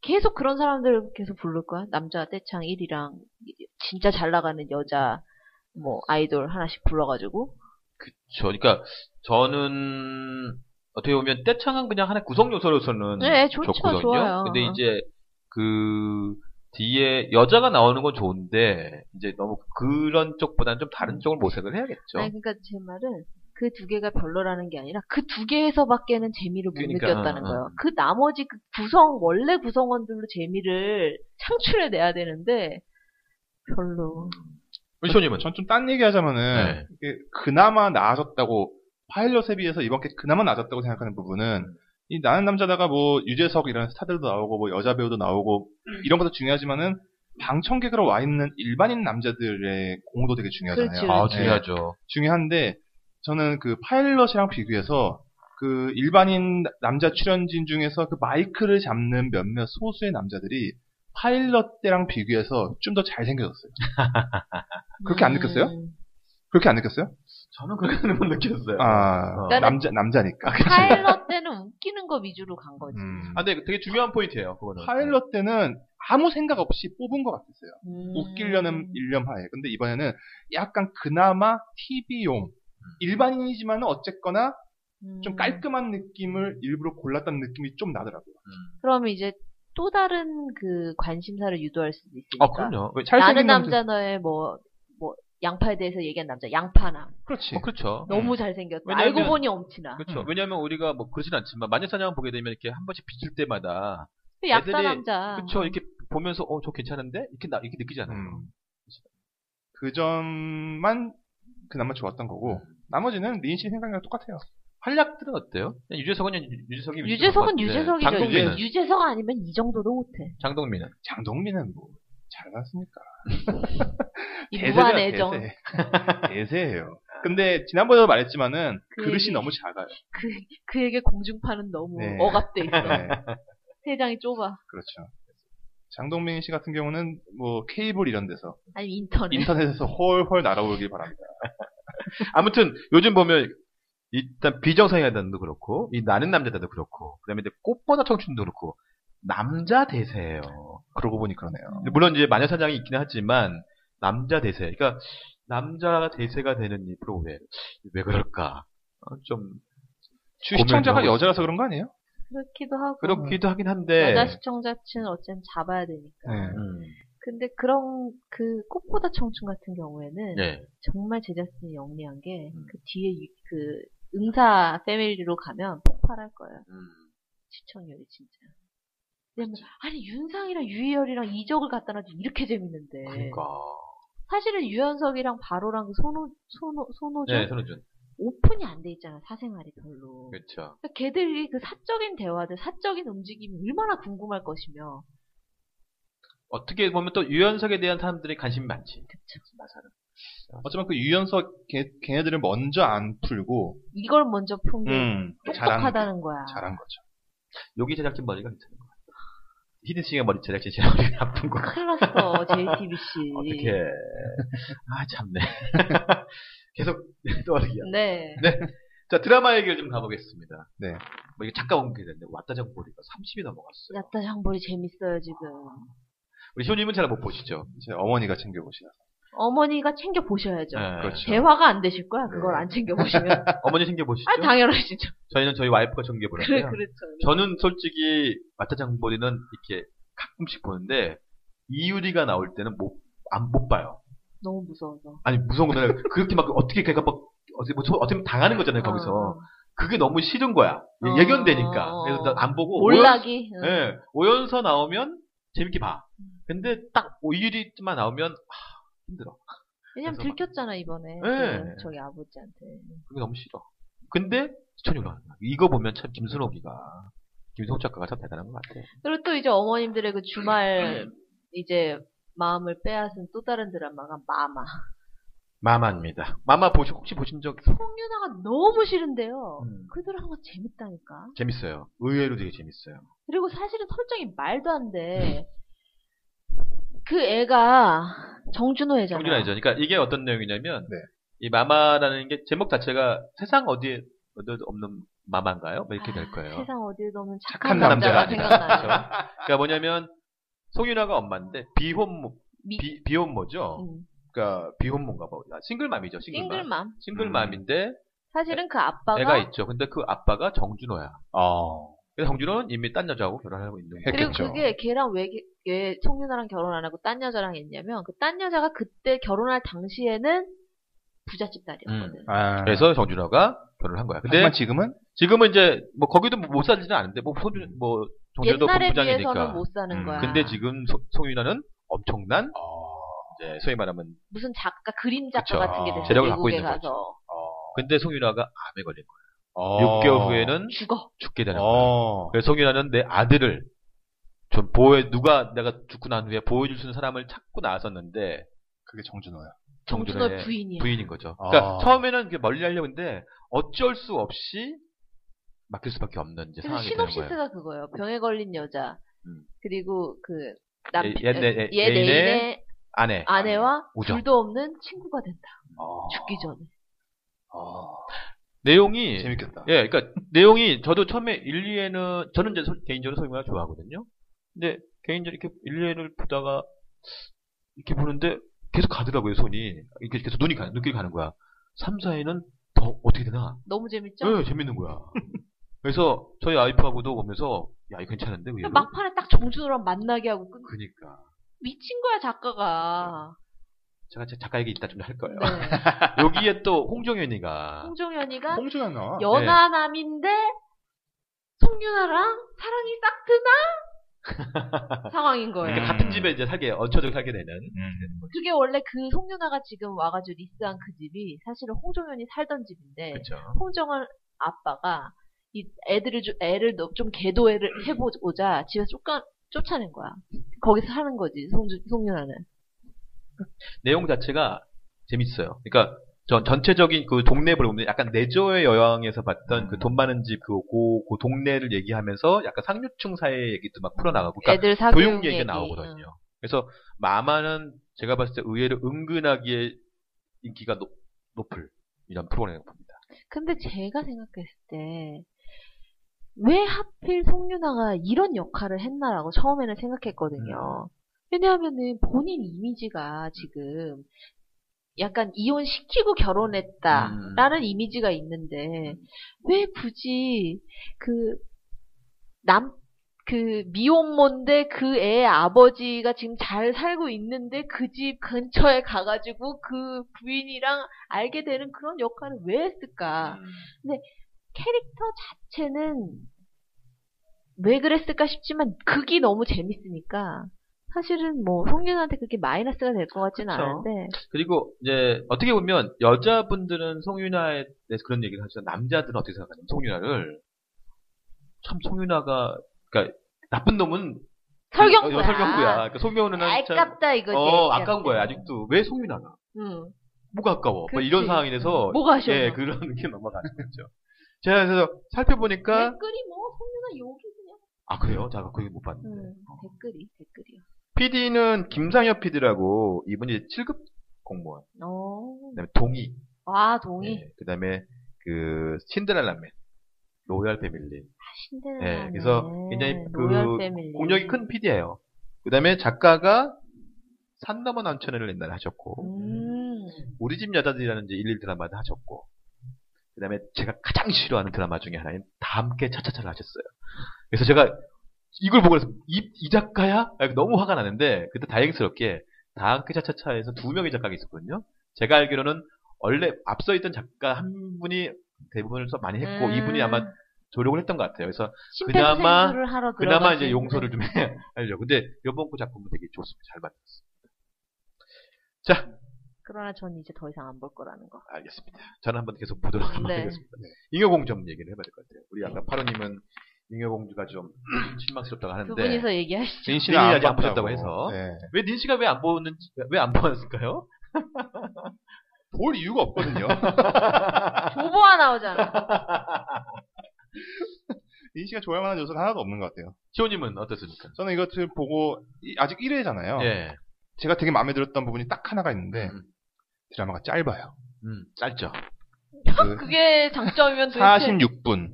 Speaker 2: 계속 그런 사람들을 계속 부를 거야? 남자 떼창 1위랑 진짜 잘 나가는 여자 뭐 아이돌 하나씩 불러가지고.
Speaker 4: 그쵸. 그러니까 저는 어떻게 보면 떼창은 그냥 하나의 구성 요소로서는
Speaker 2: 네, 좋죠.
Speaker 4: 좋거든요.
Speaker 2: 좋아요.
Speaker 4: 근데 이제 그 뒤에 여자가 나오는 건 좋은데 이제 너무 그런 쪽보다는 좀 다른 쪽을 모색을 해야겠죠.
Speaker 2: 아니 그러니까 제 말은 그 두 개가 별로라는 게 아니라 그 두 개에서밖에는 재미를 못
Speaker 4: 그러니까,
Speaker 2: 느꼈다는
Speaker 4: 어, 어.
Speaker 2: 거예요. 그 나머지 그 구성 원래 구성원들로 재미를 창출해 내야 되는데 별로.
Speaker 4: 우리 쇼님은 네.
Speaker 3: 전 좀 딴 얘기하자면은 이게 그나마 나아졌다고 파일럿에 비해서 이번 게 그나마 나아졌다고 생각하는 부분은 이 나는 남자다가 뭐 유재석 이런 스타들도 나오고 뭐 여자 배우도 나오고
Speaker 2: 음.
Speaker 3: 이런 것도 중요하지만은 방청객으로 와 있는 일반인 남자들의 공도 되게 중요하잖아요.
Speaker 2: 그렇죠.
Speaker 4: 아
Speaker 3: 네.
Speaker 4: 중요하죠.
Speaker 3: 중요한데 저는 그 파일럿이랑 비교해서 그 일반인 남자 출연진 중에서 그 마이크를 잡는 몇몇 소수의 남자들이 파일럿 때랑 비교해서 좀 더 잘생겨졌어요. 그렇게 안 느꼈어요?
Speaker 2: 음.
Speaker 3: 그렇게 안 느꼈어요?
Speaker 4: 저는 그렇게는 못 느꼈어요. 아,
Speaker 3: 아,
Speaker 4: 어.
Speaker 3: 남자, 남자니까.
Speaker 2: 파일럿 때는 웃기는 거 위주로 간 거지.
Speaker 3: 음.
Speaker 4: 아, 근데 되게 중요한 포인트예요. 그거는.
Speaker 3: 파일럿 때는 아무 생각 없이 뽑은 것 같았어요.
Speaker 2: 음.
Speaker 3: 웃기려는 일념 하에. 근데 이번에는 약간 그나마 TV용. 일반인이지만 어쨌거나 좀
Speaker 2: 음.
Speaker 3: 깔끔한 느낌을 일부러 골랐다는 느낌이 좀 나더라고요.
Speaker 4: 음.
Speaker 2: 그럼 이제 또 다른 그 관심사를 유도할 수도 있으니까.
Speaker 4: 아 그럼요.
Speaker 3: 왜
Speaker 2: 나는
Speaker 3: 잘생긴
Speaker 2: 남자 너의 뭐, 뭐, 양파에 대해서 얘기한 남자, 양파남.
Speaker 3: 그렇지.
Speaker 4: 어, 그렇죠.
Speaker 2: 너무 잘생겼다.
Speaker 4: 왜냐면-
Speaker 2: 알고 보니 엄친아.
Speaker 4: 그렇죠.
Speaker 3: 음.
Speaker 4: 왜냐하면 우리가 뭐 그러진 않지만 마녀사냥 보게 되면 이렇게 한 번씩 비칠 때마다
Speaker 2: 그 약사
Speaker 4: 애들이-
Speaker 2: 남자.
Speaker 4: 그렇죠. 이렇게 보면서 어 저 괜찮은데 이렇게 나 이렇게 느끼잖아요.
Speaker 3: 음. 그 점만 그나마 좋았던 거고 나머지는 리인 씨 생각이랑 똑같아요.
Speaker 4: 활약들은 어때요? 그냥 유재석은 그냥 유- 유재석이
Speaker 2: 유재석은
Speaker 4: 유재석인 것 같은데
Speaker 2: 유재석이죠.
Speaker 4: 네. 장동민은
Speaker 2: 유재석 아니면 이 정도도 못해.
Speaker 4: 장동민은
Speaker 3: 장동민은 뭐잘 나왔으니까.
Speaker 2: 이
Speaker 3: 대세죠,
Speaker 2: 무한 애정.
Speaker 3: 대세. 대세예요. 근데 지난번에도 말했지만은
Speaker 2: 그
Speaker 3: 그릇이
Speaker 2: 얘기-
Speaker 3: 너무 작아요.
Speaker 2: 그, 그에게 공중파는 너무
Speaker 3: 네.
Speaker 2: 억압돼 있어.
Speaker 3: 네.
Speaker 2: 세장이 좁아.
Speaker 3: 그렇죠. 장동민 씨 같은 경우는 뭐 케이블 이런 데서
Speaker 2: 아니 인터넷.
Speaker 3: 인터넷에서 훨훨 날아오길 바랍니다.
Speaker 4: 아무튼 요즘 보면 일단 비정상이다도 그렇고 이 나는 남자다도 그렇고 그다음에 이제 꽃보다 청춘도 그렇고 남자 대세예요.
Speaker 3: 그러고 보니 그러네요.
Speaker 4: 근데 물론 이제 마녀 사장이 있긴 하지만 남자 대세. 그러니까 남자 대세가 되는 이 프로그램 왜 그럴까? 어, 좀
Speaker 3: 주 시청자가
Speaker 4: 고민을 하고
Speaker 3: 여자라서 그런 거 아니에요?
Speaker 2: 그렇기도 하고.
Speaker 4: 그렇기도 하긴
Speaker 2: 음.
Speaker 4: 한데.
Speaker 2: 여자 시청자층은 어쨌든 잡아야 되니까.
Speaker 3: 네.
Speaker 4: 음,
Speaker 2: 근데 그런 그 꽃보다 청춘 같은 경우에는
Speaker 4: 예.
Speaker 2: 정말 제작진이 영리한 게 그
Speaker 4: 음.
Speaker 2: 뒤에 이- 그 응사 패밀리로 가면 폭발할 거예요. 시청률이 진짜. 왜냐면 아니 윤상이랑 유희열이랑 이적을 갖다 놔도 이렇게 재밌는데.
Speaker 4: 그러니까.
Speaker 2: 사실은 유연석이랑 바로랑 그 손호 손호 손호준
Speaker 4: 네, 손호준.
Speaker 2: 오픈이 안 돼 있잖아 사생활이 별로.
Speaker 4: 그렇죠.
Speaker 2: 그러니까 걔들이 그 사적인 대화들, 사적인 움직임이 얼마나 궁금할 것이며.
Speaker 4: 어떻게 보면 또 유연석에 대한 사람들이 관심이 많지.
Speaker 2: 그쵸.
Speaker 4: 마사는.
Speaker 3: 어쩌면 그 유연석 걔, 걔네들을 먼저 안 풀고
Speaker 2: 이걸 먼저 푼 게
Speaker 3: 음, 잘한
Speaker 2: 똑똑하다는 거야.
Speaker 3: 잘한 거죠.
Speaker 4: 여기 제작진 머리가 괜찮은 것 같아. 히든싱의 머리 제작진 제 머리 나쁜 것 같아.
Speaker 2: 큰일 났어, JTBC.
Speaker 4: 어떻게.
Speaker 3: 예.
Speaker 4: 아, 참네. 계속 떠오르기야.
Speaker 2: 네.
Speaker 4: 자, 드라마 얘기를 좀 가보겠습니다.
Speaker 3: 네.
Speaker 4: 뭐 이게 잠깐 옮기게 됐는데, 왔다 정보리가 30이 넘어갔어요.
Speaker 2: 야따 형벌이 재밌어요, 지금.
Speaker 4: 우리 시호님은 잘 못 보시죠.
Speaker 3: 이제 어머니가 챙겨보시나.
Speaker 2: 어머니가 챙겨보셔야죠.
Speaker 4: 네.
Speaker 3: 그렇죠.
Speaker 2: 대화가 안 되실 거야,
Speaker 4: 네.
Speaker 2: 그걸 안 챙겨보시면.
Speaker 4: 어머니 챙겨보시죠.
Speaker 2: 아, 당연하시죠.
Speaker 4: 저희는 저희 와이프가 챙겨보라고요.
Speaker 2: 그래, 그렇죠.
Speaker 4: 저는 솔직히 마차장보리는 이렇게 가끔씩 보는데 이유리가 나올 때는 못안못 봐요.
Speaker 2: 너무 무서워서.
Speaker 4: 아니 무서운 건 아니라 그렇게 막 어떻게 걔가 막 어떻게 뭐 소- 어떻게 보면 당하는 거잖아요 거기서
Speaker 2: 어,
Speaker 4: 그게 너무 싫은 거야
Speaker 2: 어.
Speaker 4: 예견되니까 그래서 난안 보고
Speaker 2: 몰락이. 응.
Speaker 4: 오연, 예, 오연서 나오면 재밌게 봐. 근데 딱 이유리만 나오면 아, 힘들어.
Speaker 2: 왜냐면
Speaker 4: 그래서 막-
Speaker 2: 들켰잖아, 이번에.
Speaker 4: 네.
Speaker 2: 그 저기 아버지한테.
Speaker 4: 그게 너무 싫어. 근데 시청률 올라. 이거 보면 참 김순옥이가 김순옥 작가가 참 대단한 것 같아.
Speaker 2: 그리고 또 이제 어머님들의 그
Speaker 4: 예.
Speaker 2: 주말 이제 마음을 빼앗은 또 다른 드라마가 마마.
Speaker 4: 마마입니다. 마마 보시 혹시 보신 적
Speaker 2: 홍윤아가 너무 싫은데요.
Speaker 4: 음.
Speaker 2: 그 드라마 재밌다니까.
Speaker 4: 재밌어요. 의외로 되게 재밌어요.
Speaker 2: 그리고 사실은 설정이 말도 안 돼. 그 애가 정준호 애잖아.
Speaker 4: 정준아 이죠. 그러니까 이게 어떤 내용이냐면
Speaker 3: 네.
Speaker 4: 이 마마라는 게 제목 자체가 세상 어디에 어디 없는 마마인가요? 뭐 이렇게 될 거예요.
Speaker 2: 아, 세상 어디에도 없는 착한,
Speaker 3: 착한
Speaker 2: 남자가
Speaker 3: 남자가 아니다.
Speaker 2: 생각나요.
Speaker 4: 그러니까 뭐냐면 송윤아가 엄마인데 비혼모
Speaker 2: 미-
Speaker 4: 비, 비혼모죠.
Speaker 2: 음,
Speaker 4: 그러니까 비혼모인가 뭐 아, 싱글맘이죠. 싱글맘.
Speaker 2: 싱글맘.
Speaker 4: 싱글맘인데
Speaker 2: 사실은 그
Speaker 4: 애가
Speaker 2: 아빠가
Speaker 4: 있죠. 근데 그 아빠가 정준호야.
Speaker 3: 어.
Speaker 4: 그래서 정준호는 이미 딴 여자하고 결혼하고 있는 거예요.
Speaker 2: 그리고
Speaker 3: 했겠죠.
Speaker 2: 그게 걔랑 왜, 개- 왜 송윤아랑 결혼 안 하고 딴 여자랑 했냐면 그 딴 여자가 그때 결혼할 당시에는 부잣집 딸이었거든.
Speaker 4: 음.
Speaker 3: 아.
Speaker 4: 그래서 정준호가 결혼을 한 거야. 근데
Speaker 3: 하지만 지금은
Speaker 4: 지금은 이제 뭐 거기도 뭐못 살지는 않은데 뭐 송준 뭐 정준호도
Speaker 2: 옛날에
Speaker 4: 본부장이니까.
Speaker 2: 비해서는 못 사는
Speaker 3: 음,
Speaker 2: 거야.
Speaker 4: 근데 지금 소- 송윤아는 엄청난 이제 소위 말하면
Speaker 2: 무슨 작가, 그림 작가
Speaker 4: 그쵸. 아,
Speaker 2: 같은 게 됐어.
Speaker 4: 재력을 갖고
Speaker 2: 미국에
Speaker 4: 있는 거죠.
Speaker 2: 가서
Speaker 4: 근데 송윤아가 암에 걸린 거야.
Speaker 3: 어.
Speaker 4: 6개월 후에는
Speaker 2: 죽어.
Speaker 4: 죽게 되는 거야.
Speaker 3: 어.
Speaker 4: 그래서 송윤아는 내 아들을 좀 보호해 누가 내가 죽고 난 후에 보호해줄 수 있는 사람을 찾고 나왔었는데
Speaker 3: 그게 정준호야.
Speaker 2: 정준호
Speaker 4: 정준호의
Speaker 2: 부인이야.
Speaker 4: 부인인 거죠.
Speaker 3: 아.
Speaker 4: 그러니까 처음에는 이렇게 멀리 하려고 했는데 어쩔 수 없이 맡길 수밖에 없는 이제
Speaker 2: 그래서
Speaker 4: 상황이 되는 거예요.
Speaker 2: 시놉시스가 그거예요. 병에 걸린 여자.
Speaker 4: 음.
Speaker 2: 그리고 그 남,
Speaker 4: 예- 옛 내-
Speaker 2: 예,
Speaker 4: 예-
Speaker 2: 내인의
Speaker 4: 애인의 아내.
Speaker 2: 아내와
Speaker 4: 우정. 아.
Speaker 2: 둘도 없는 친구가 된다.
Speaker 3: 어.
Speaker 2: 죽기 전에.
Speaker 3: 어.
Speaker 4: 내용이
Speaker 3: 재밌겠다.
Speaker 4: 예, 그러니까 내용이 저도 처음에 1, 2회는 저는 이제 소- 개인적으로 소유을 좋아하거든요. 근데 개인적으로 이렇게 1, 2회를 보다가 이렇게 보는데 계속 가더라고요, 손이. 이렇게 계속 눈이 가, 눈길이 가는 거야. 3, 4회는 더 어떻게 되나?
Speaker 2: 너무 재밌죠?
Speaker 4: 예, 재밌는 거야. 그래서 저희 아이프하고도 보면서 야, 이거 괜찮은데? 의외로?
Speaker 2: 막판에 딱 정준호랑 만나게 하고 끝.
Speaker 4: 그니까.
Speaker 2: 미친 거야 작가가.
Speaker 4: 제가 제 작가 얘기 이따 좀 할 거예요.
Speaker 2: 네.
Speaker 4: 여기에 또 홍정현이가 네.
Speaker 2: 홍종현이가
Speaker 3: 홍주였나?
Speaker 2: 연하남인데 송윤아랑 사랑이 싹 드나 상황인 거예요.
Speaker 4: 그러니까
Speaker 3: 음.
Speaker 4: 같은 집에 이제 살게, 얹혀져 살게 되는.
Speaker 2: 그게 원래 그 송윤아가 지금 와가지고 리스한 그 집이 사실은 홍종현이 살던 집인데
Speaker 4: 그렇죠.
Speaker 2: 홍정은 아빠가 이 애들을 좀, 애를 너- 좀 계도를 해보자 집에 쫓아 쫓아낸 거야. 거기서 하는 거지 송주, 송윤아는.
Speaker 4: 내용 자체가 재밌어요. 그러니까 저 전체적인 그 동네를 보면 약간 내조의 여왕에서 봤던 그 돈 많은 집 그 고, 그 동네를 얘기하면서 약간 상류층 사회 얘기도 막 풀어나가고 그러니까
Speaker 2: 애들 사교육
Speaker 4: 교육 얘기가
Speaker 2: 얘기.
Speaker 4: 나오거든요. 그래서 마마는 제가 봤을 때 의외로 은근하게 인기가 높, 높을 이런 프로그램을 봅니다.
Speaker 2: 근데 제가 생각했을 때, 왜 하필 송윤아가 이런 역할을 했나라고 처음에는 생각했거든요. 왜냐하면은 본인 이미지가 지금 약간 이혼시키고 결혼했다라는 이미지가 있는데, 왜 굳이 그 남, 그 미혼모인데 그 애 아버지가 지금 잘 살고 있는데 그 집 근처에 가가지고 그 부인이랑 알게 되는 그런 역할을 왜 했을까? 캐릭터 자체는 왜 그랬을까 싶지만 극이 너무 재밌으니까 사실은 뭐 송윤한테 그렇게 마이너스가 될 것 같지는
Speaker 4: 그쵸.
Speaker 2: 않은데
Speaker 4: 그리고 이제 어떻게 보면 여자분들은 송윤아에 대해서 그런 얘기를 하시죠. 남자들은 어떻게 생각하냐면 송윤아를 참 송윤아가 그러니까 나쁜 놈은
Speaker 2: 설경구야.
Speaker 4: 어, 설경구야. 그러니까 송명호는 참
Speaker 2: 아깝다 이거지.
Speaker 4: 어, 아까운 거야. 아직도 왜 송윤아가
Speaker 2: 응.
Speaker 4: 뭐가 아까워? 뭐
Speaker 2: 그치.
Speaker 4: 이런 상황이 돼서
Speaker 2: 뭐가 아쉬워?
Speaker 4: 예 그런 게 넘어가는 거죠. 제가 그래서 살펴보니까
Speaker 2: 댓글이 뭐 송윤아 욕이 그냥.
Speaker 4: 아 그래요? 제가 그게 못 봤는데.
Speaker 2: 응. 댓글이 댓글이요.
Speaker 4: PD는 김상엽 PD라고 이분이 7급 공무원.
Speaker 2: 어.
Speaker 4: 그다음에 동희.
Speaker 2: 와 동의.
Speaker 4: 예, 그다음에 그 신데렐라맨. 로얄 패밀리.
Speaker 2: 아, 신데렐라.
Speaker 4: 예, 그래서 굉장히 그 공력이 큰 PD예요. 그다음에 작가가 산 넘어 남천을 옛날에 하셨고
Speaker 2: 음.
Speaker 4: 우리 집 여자들이라는 이제 일일 드라마도 하셨고 그다음에 제가 가장 싫어하는 드라마 중에 하나인 다 함께 차차차를 하셨어요. 그래서 제가 이걸 보고 그래서 이, 이 작가야? 아, 너무 화가 나는데 그때 다행스럽게 다 함께 차차차에서 두 명의 작가가 있었거든요. 제가 알기로는 원래 앞서 있던 작가 한 분이 대부분을 서
Speaker 2: 음.
Speaker 4: 많이 했고 이분이 아마 조력을 했던 것 같아요. 그래서 그나마-
Speaker 2: 심폐소생술을 하러
Speaker 4: 그나마
Speaker 2: 들어가신
Speaker 4: 이제 용서를 좀 해야죠. 근데 이번 그 작품은 되게 좋습니다. 잘 만들었어요.
Speaker 2: 그러나 전 이제 더 이상 안 볼 거라는 거.
Speaker 4: 알겠습니다. 저는 한번 계속 보도록 한번
Speaker 2: 네.
Speaker 4: 하겠습니다. 잉여공주 한번 얘기를 해봐야 될 것 같아요. 우리 아까 파로님은 잉여공주가 좀 실망스럽다고
Speaker 2: 두
Speaker 4: 하는데
Speaker 2: 분이서 얘기하시죠.
Speaker 3: 린
Speaker 4: 린이
Speaker 3: 씨는 안
Speaker 4: 아직 안
Speaker 3: 봤다고.
Speaker 4: 보셨다고 해서.
Speaker 3: 네.
Speaker 4: 왜 닌씨가 왜 안 보는지 왜 안 보았을까요?
Speaker 3: 볼 이유가 없거든요.
Speaker 2: 조보아 나오잖아.
Speaker 3: 린 씨가 좋아할 만한 요소가 하나도 없는 것 같아요.
Speaker 4: 시호님은 어떻습니까?
Speaker 3: 저는 이것을 보고 이- 아직 1회잖아요.
Speaker 4: 예,
Speaker 3: 제가 되게 마음에 들었던 부분이 딱 하나가 있는데
Speaker 4: 음.
Speaker 3: 드라마가 짧아요.
Speaker 4: 음, 짧죠.
Speaker 3: 그
Speaker 2: 그게 장점이면 도대체
Speaker 3: 46분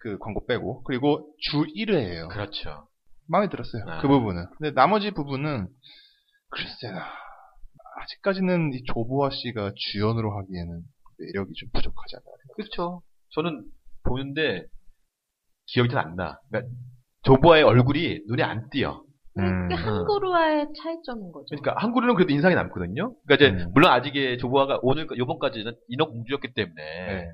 Speaker 3: 그 광고 빼고 그리고 주 1회예요.
Speaker 4: 그렇죠.
Speaker 3: 마음에 들었어요.
Speaker 4: 네.
Speaker 3: 그 부분은. 근데 나머지 부분은 글쎄나 아직까지는 이 조보아 씨가 주연으로 하기에는 매력이 좀 부족하지 않나.
Speaker 4: 그렇죠. 저는 보는데 기억이 잘 안 나. 그러니까 조보아의 얼굴이 눈에 안 띄어.
Speaker 2: 그
Speaker 3: 음.
Speaker 2: 한국어와의 차이점인 거죠.
Speaker 4: 그러니까 한국으로는 그래도 인상이 남거든요. 그러니까 이제
Speaker 3: 음.
Speaker 4: 물론 아직 의 조보아가 오늘 요번까지는 인어공주였기 때문에
Speaker 3: 네.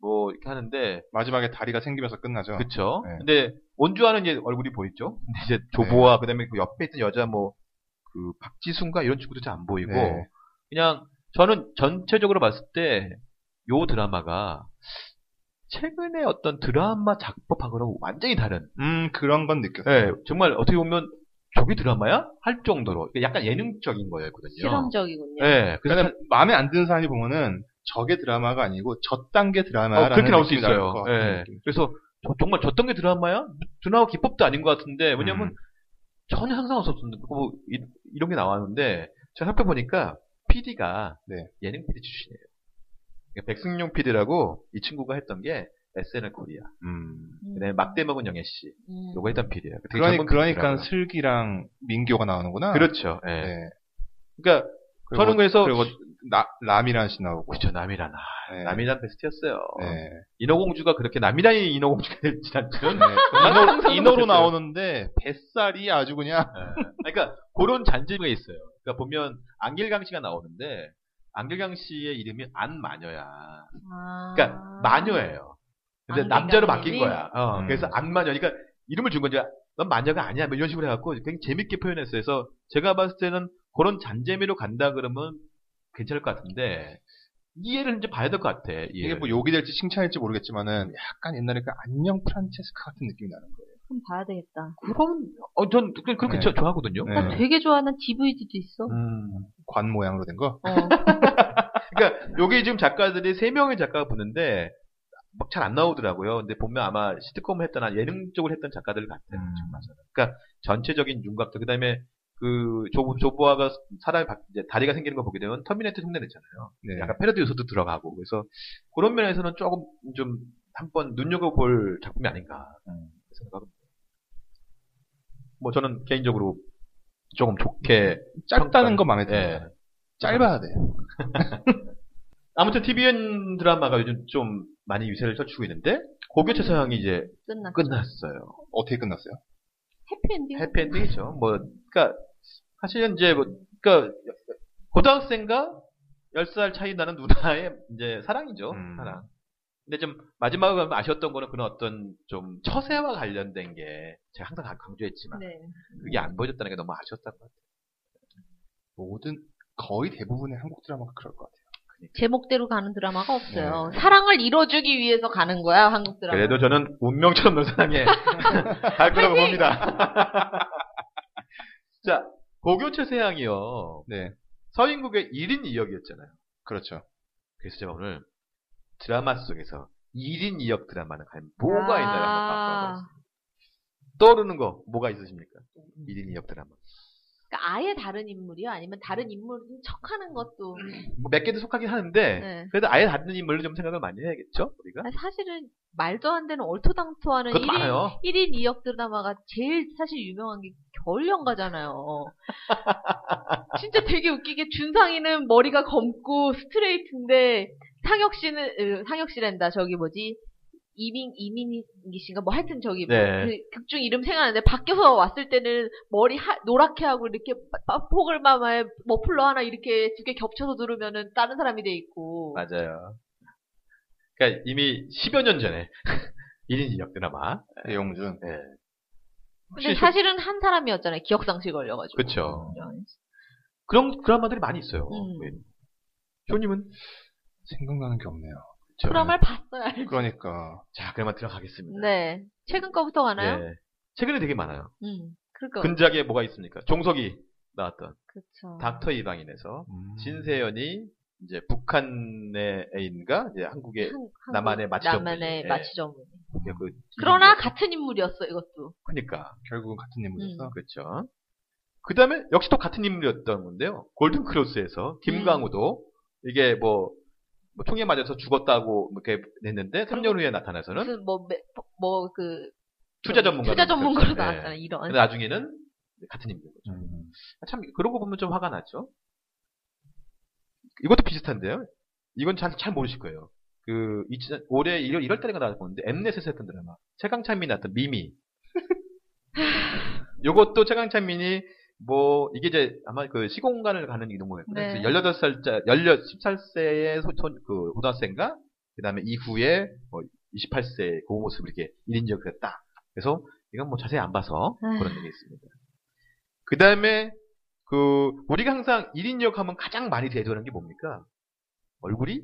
Speaker 4: 뭐 이렇게 하는데
Speaker 3: 마지막에 다리가 생기면서 끝나죠.
Speaker 4: 그쵸?
Speaker 3: 네.
Speaker 4: 근데 원주하는 이제 얼굴이 보이죠. 근데 이제 조보아 그다음에 그 옆에 있던 여자 뭐 그 박지순과 이런 친구도 잘 안 보이고
Speaker 3: 네.
Speaker 4: 그냥 저는 전체적으로 봤을 때 요 드라마가 최근에 어떤 드라마 작법하고는 완전히 다른
Speaker 3: 음 그런 건 느꼈어요.
Speaker 4: 예, 정말 어떻게 보면 저게 드라마야? 할 정도로 그러니까 약간 예능적인 거였거든요.
Speaker 2: 실험적이군요.
Speaker 4: 예, 그래서
Speaker 3: 그러니까 마음에 안 드는 사람이 보면은 저게 드라마가 아니고 저 단계 드라마라는
Speaker 4: 어, 그렇게 나올 수
Speaker 3: 느낌이 날
Speaker 4: 있어요.
Speaker 3: 것 같은
Speaker 4: 예.
Speaker 3: 느낌.
Speaker 4: 그래서 저- 정말 저떤 게 드라마야? 드라마 기법도 아닌 것 같은데 왜냐면
Speaker 3: 음.
Speaker 4: 전혀 상상 없었는데 뭐 이, 런게 나왔는데 제가 살펴보니까 PD가
Speaker 3: 네.
Speaker 4: 예능 PD 출신이에요. 그러니까 백승용 PD라고 이 친구가 했던 게 SNL 코리아,
Speaker 3: 음.
Speaker 2: 음.
Speaker 4: 그다음에 네, 막대 먹은 영애 씨,
Speaker 2: 음.
Speaker 4: 요거 했던 PD예요.
Speaker 3: 그러니, 그러니까 슬기랑 민교가 나오는구나.
Speaker 4: 그렇죠. 예.
Speaker 3: 네.
Speaker 4: 그러니까
Speaker 3: 그리고-
Speaker 4: 저는 그래서-
Speaker 3: 그리고 나, 라미란 씨 나오고.
Speaker 4: 그쵸 남이란 아,
Speaker 3: 네.
Speaker 4: 남이란 베스트였어요.
Speaker 3: 네.
Speaker 4: 인어공주가 그렇게 남이란이 인어공주가 될지 않죠.
Speaker 3: 인어, 인어로
Speaker 4: 못했어요.
Speaker 3: 나오는데 뱃살이 아주 그냥
Speaker 4: 예. 그러니까 그런 잔재미가 있어요. 그러니까 보면 안길강 씨가 나오는데 안길강 씨의 이름이 안마녀야.
Speaker 2: 아.
Speaker 4: 그러니까 마녀예요. 근데
Speaker 2: 안길강 씨.
Speaker 4: 남자로 바뀐 거야. 어,
Speaker 3: 음.
Speaker 4: 그래서 안마녀. 그러니까 이름을 준 거죠. 넌 마녀가 아니야. 뭐 이런 식으로 해갖고 굉장히 재밌게 표현했어요. 그래서 제가 봤을 때는 그런 잔재미로 간다 그러면 괜찮을 것 같은데 이해를 이제 봐야 될 것 같아. 이해를.
Speaker 3: 이게 뭐 욕이 될지 칭찬일지 모르겠지만은 약간 옛날에 그 안녕 프란체스카 같은 느낌이 나는 거예요.
Speaker 2: 좀 봐야 되겠다.
Speaker 4: 그럼 어, 전 그- 그런 거
Speaker 3: 네.
Speaker 4: 진짜 좋아하거든요.
Speaker 3: 네.
Speaker 4: 음.
Speaker 2: 나 되게 좋아하는 DVD도 있어.
Speaker 3: 음, 관 모양으로 된 거.
Speaker 2: 어.
Speaker 4: 그러니까 요게 지금 작가들이 세 명의 작가가 붙는데 막 잘 안 나오더라고요. 근데 보면 아마 시트콤을 했던 한 예능 쪽을 했던 작가들 같아요.
Speaker 3: 음.
Speaker 4: 지금 맞아요. 그러니까 전체적인 윤곽도 그다음에 그 조보 조보아가 사람이 바- 이제 다리가 생기는 거 보게 되면 터미네이터 흉내 냈잖아요.
Speaker 3: 네.
Speaker 4: 약간 패러디 요소도 들어가고 그래서 그런 면에서는 조금 좀 한번 눈여겨볼 작품이 아닌가
Speaker 3: 음.
Speaker 4: 생각합니다. 뭐 저는 개인적으로 조금 좋게
Speaker 3: 짧다는 거 마음에 들어요.
Speaker 4: 예.
Speaker 3: 짧아야 돼.
Speaker 4: 아무튼 TVN 드라마가 요즘 좀 많이 위세를 펼치고 있는데 고교채 서양이 이제
Speaker 2: 끝났.
Speaker 4: 끝났어요.
Speaker 3: 어떻게 끝났어요?
Speaker 2: 해피엔딩.
Speaker 4: 해피엔딩이죠. 뭐 그러니까 사실은 이제 뭐 그러니까 고등학생과 10살 차이 나는 누나의 이제 사랑이죠.
Speaker 3: 음.
Speaker 4: 사랑. 근데 좀 마지막에 가면 아쉬웠던 거는 그런 어떤 좀 처세와 관련된 게 제가 항상 강조했지만
Speaker 2: 네.
Speaker 4: 그게 안 보여졌다는 게 너무 아쉬웠던 것 같아요.
Speaker 3: 모든 거의 대부분의 한국 드라마가 그럴 것 같아요.
Speaker 2: 제목대로 가는 드라마가 없어요. 사랑을 이뤄주기 위해서 가는 거야 한국 드라마.
Speaker 4: 네. 그래도 저는 운명처럼 널 사랑해 할 거라고 봅니다. 자, 고교채 세양이요.
Speaker 3: 네,
Speaker 4: 서인국의 1인 2역이었잖아요.
Speaker 3: 그렇죠.
Speaker 4: 그래서 제가 오늘 드라마 속에서 1인 2역 드라마는 과연 뭐가 있나요? 한번
Speaker 2: 아.
Speaker 4: 맛봐봤습니다. 떠오르는 거 뭐가 있으십니까? 1인 2역 드라마.
Speaker 2: 그러니까 아예 다른 인물이요? 아니면 다른 인물인 척하는 것도
Speaker 4: 뭐몇 개도 속하긴 하는데
Speaker 2: 네.
Speaker 4: 그래도 아예 다른 인물로 좀 생각을 많이 해야겠죠? 우리가?
Speaker 2: 아니, 사실은 말도 안 되는 얼토당토하는
Speaker 4: 그것도
Speaker 2: 1인,
Speaker 4: 많아요.
Speaker 2: 1인 2역 드라마가 제일 사실 유명한 게 겨울연가잖아요. 진짜 되게 웃기게 준상이는 머리가 검고 스트레이트인데 상혁 씨는 으, 상혁 씨란다 저기 뭐지 이민 이민이 씨가 뭐 하여튼 저기
Speaker 4: 네.
Speaker 2: 그 극중 이름 생각나는데 바뀌어서 왔을 때는 머리 하- 노랗게 하고 이렇게 포글 마마에 머플러 하나 이렇게 두 개 겹쳐서 누르면은 다른 사람이 돼 있고
Speaker 4: 맞아요. 그러니까 이미 10여 년 전에 1인 2역 드라마.
Speaker 3: 배용준.
Speaker 4: 네.
Speaker 2: 근데 사실은 한 사람이었잖아요. 기억상실 걸려가지고.
Speaker 4: 그렇죠. 그런 드라마들이 많이 있어요.
Speaker 2: 음.
Speaker 4: 예. 쇼님은
Speaker 3: 생각나는 게 없네요.
Speaker 4: 저-
Speaker 2: 드라마를 봤어요.
Speaker 3: 그러니까
Speaker 4: 자, 그만 들어가겠습니다.
Speaker 2: 네. 최근 거부터 가나요?
Speaker 4: 예. 최근에 되게 많아요.
Speaker 2: 음. 그러니까.
Speaker 4: 근작에 뭐가 있습니까? 종석이 나왔던
Speaker 2: 그렇죠.
Speaker 4: 닥터 이방인에서
Speaker 3: 음.
Speaker 4: 진세연이 이제 북한의 애인과 이제 한국의
Speaker 2: 한- 한국-
Speaker 4: 나만의 마취전문.
Speaker 2: 나만의
Speaker 4: 예.
Speaker 2: 마취전문.
Speaker 4: 그
Speaker 2: 그러나 같은 인물이었어 이것도.
Speaker 4: 그러니까
Speaker 3: 결국은 같은 인물이었어.
Speaker 2: 음.
Speaker 4: 그렇죠. 그 다음에 역시 또 같은 인물이었던 건데요. 골든 크로스에서 김강우도 이게 뭐, 뭐 총에 맞아서 죽었다고 뭐 이렇게 냈는데 3년 후에 나타나서는
Speaker 2: 무슨 그뭐 뭐뭐그
Speaker 4: 투자 그렇죠. 네. 전문가
Speaker 2: 투자 전문가로 나왔잖아 요 이런.
Speaker 4: 나중에는 같은 인물인 거죠.
Speaker 3: 음.
Speaker 4: 참 그러고 보면 좀 화가 나죠. 이것도 비슷한데요. 이건 잘, 잘 모르실 거예요. 그 2000, 올해 1월 1월 달인가 나왔는데 엠넷에서 했던 드라마 최강찬민이 나왔던 미미. 요것도 최강찬민이 뭐 이게 이제 아마 그 시공간을 가는 이동거였거든요.
Speaker 2: 네.
Speaker 4: 18살짜 18, 17세의 소, 소, 그 고등학생과 그다음에 이후에 뭐 28세 그 모습을 이렇게 1인적 그랬다. 그래서 이건 뭐 자세히 안 봐서
Speaker 2: 에휴.
Speaker 4: 그런 얘기 있습니다. 그다음에 그 우리가 항상 1인역 하면 가장 많이 대조하는 게 뭡니까? 얼굴이?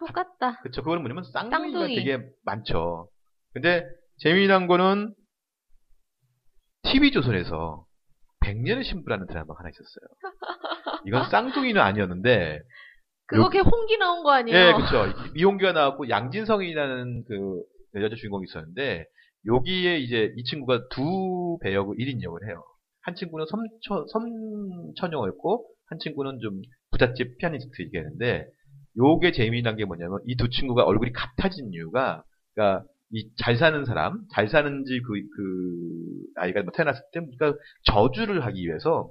Speaker 2: 똑같다.
Speaker 4: 그쵸. 그거는 뭐냐면 쌍둥이가
Speaker 2: 쌍둥이.
Speaker 4: 되게 많죠. 근데 재미난 거는 TV조선에서 백년의 신부라는 드라마가 하나 있었어요. 이건 쌍둥이는 아니었는데
Speaker 2: 그거
Speaker 4: 요-
Speaker 2: 걔 홍기 나온 거 아니에요?
Speaker 4: 예, 그렇죠. 미용규가 나왔고 양진성이라는 그 여자 주인공이 있었는데 여기에 이제 이 친구가 두 배역을 1인 역을 해요. 한 친구는 섬처 섬처녀였고 한 친구는 좀 부잣집 피아니스트 이게는데 요게 재미난 게 뭐냐면 이 두 친구가 얼굴이 같아진 이유가 그러니까 이 잘 사는 사람, 잘 사는지 그, 그, 아이가 뭐 태어났을 때, 그러니까 저주를 하기 위해서,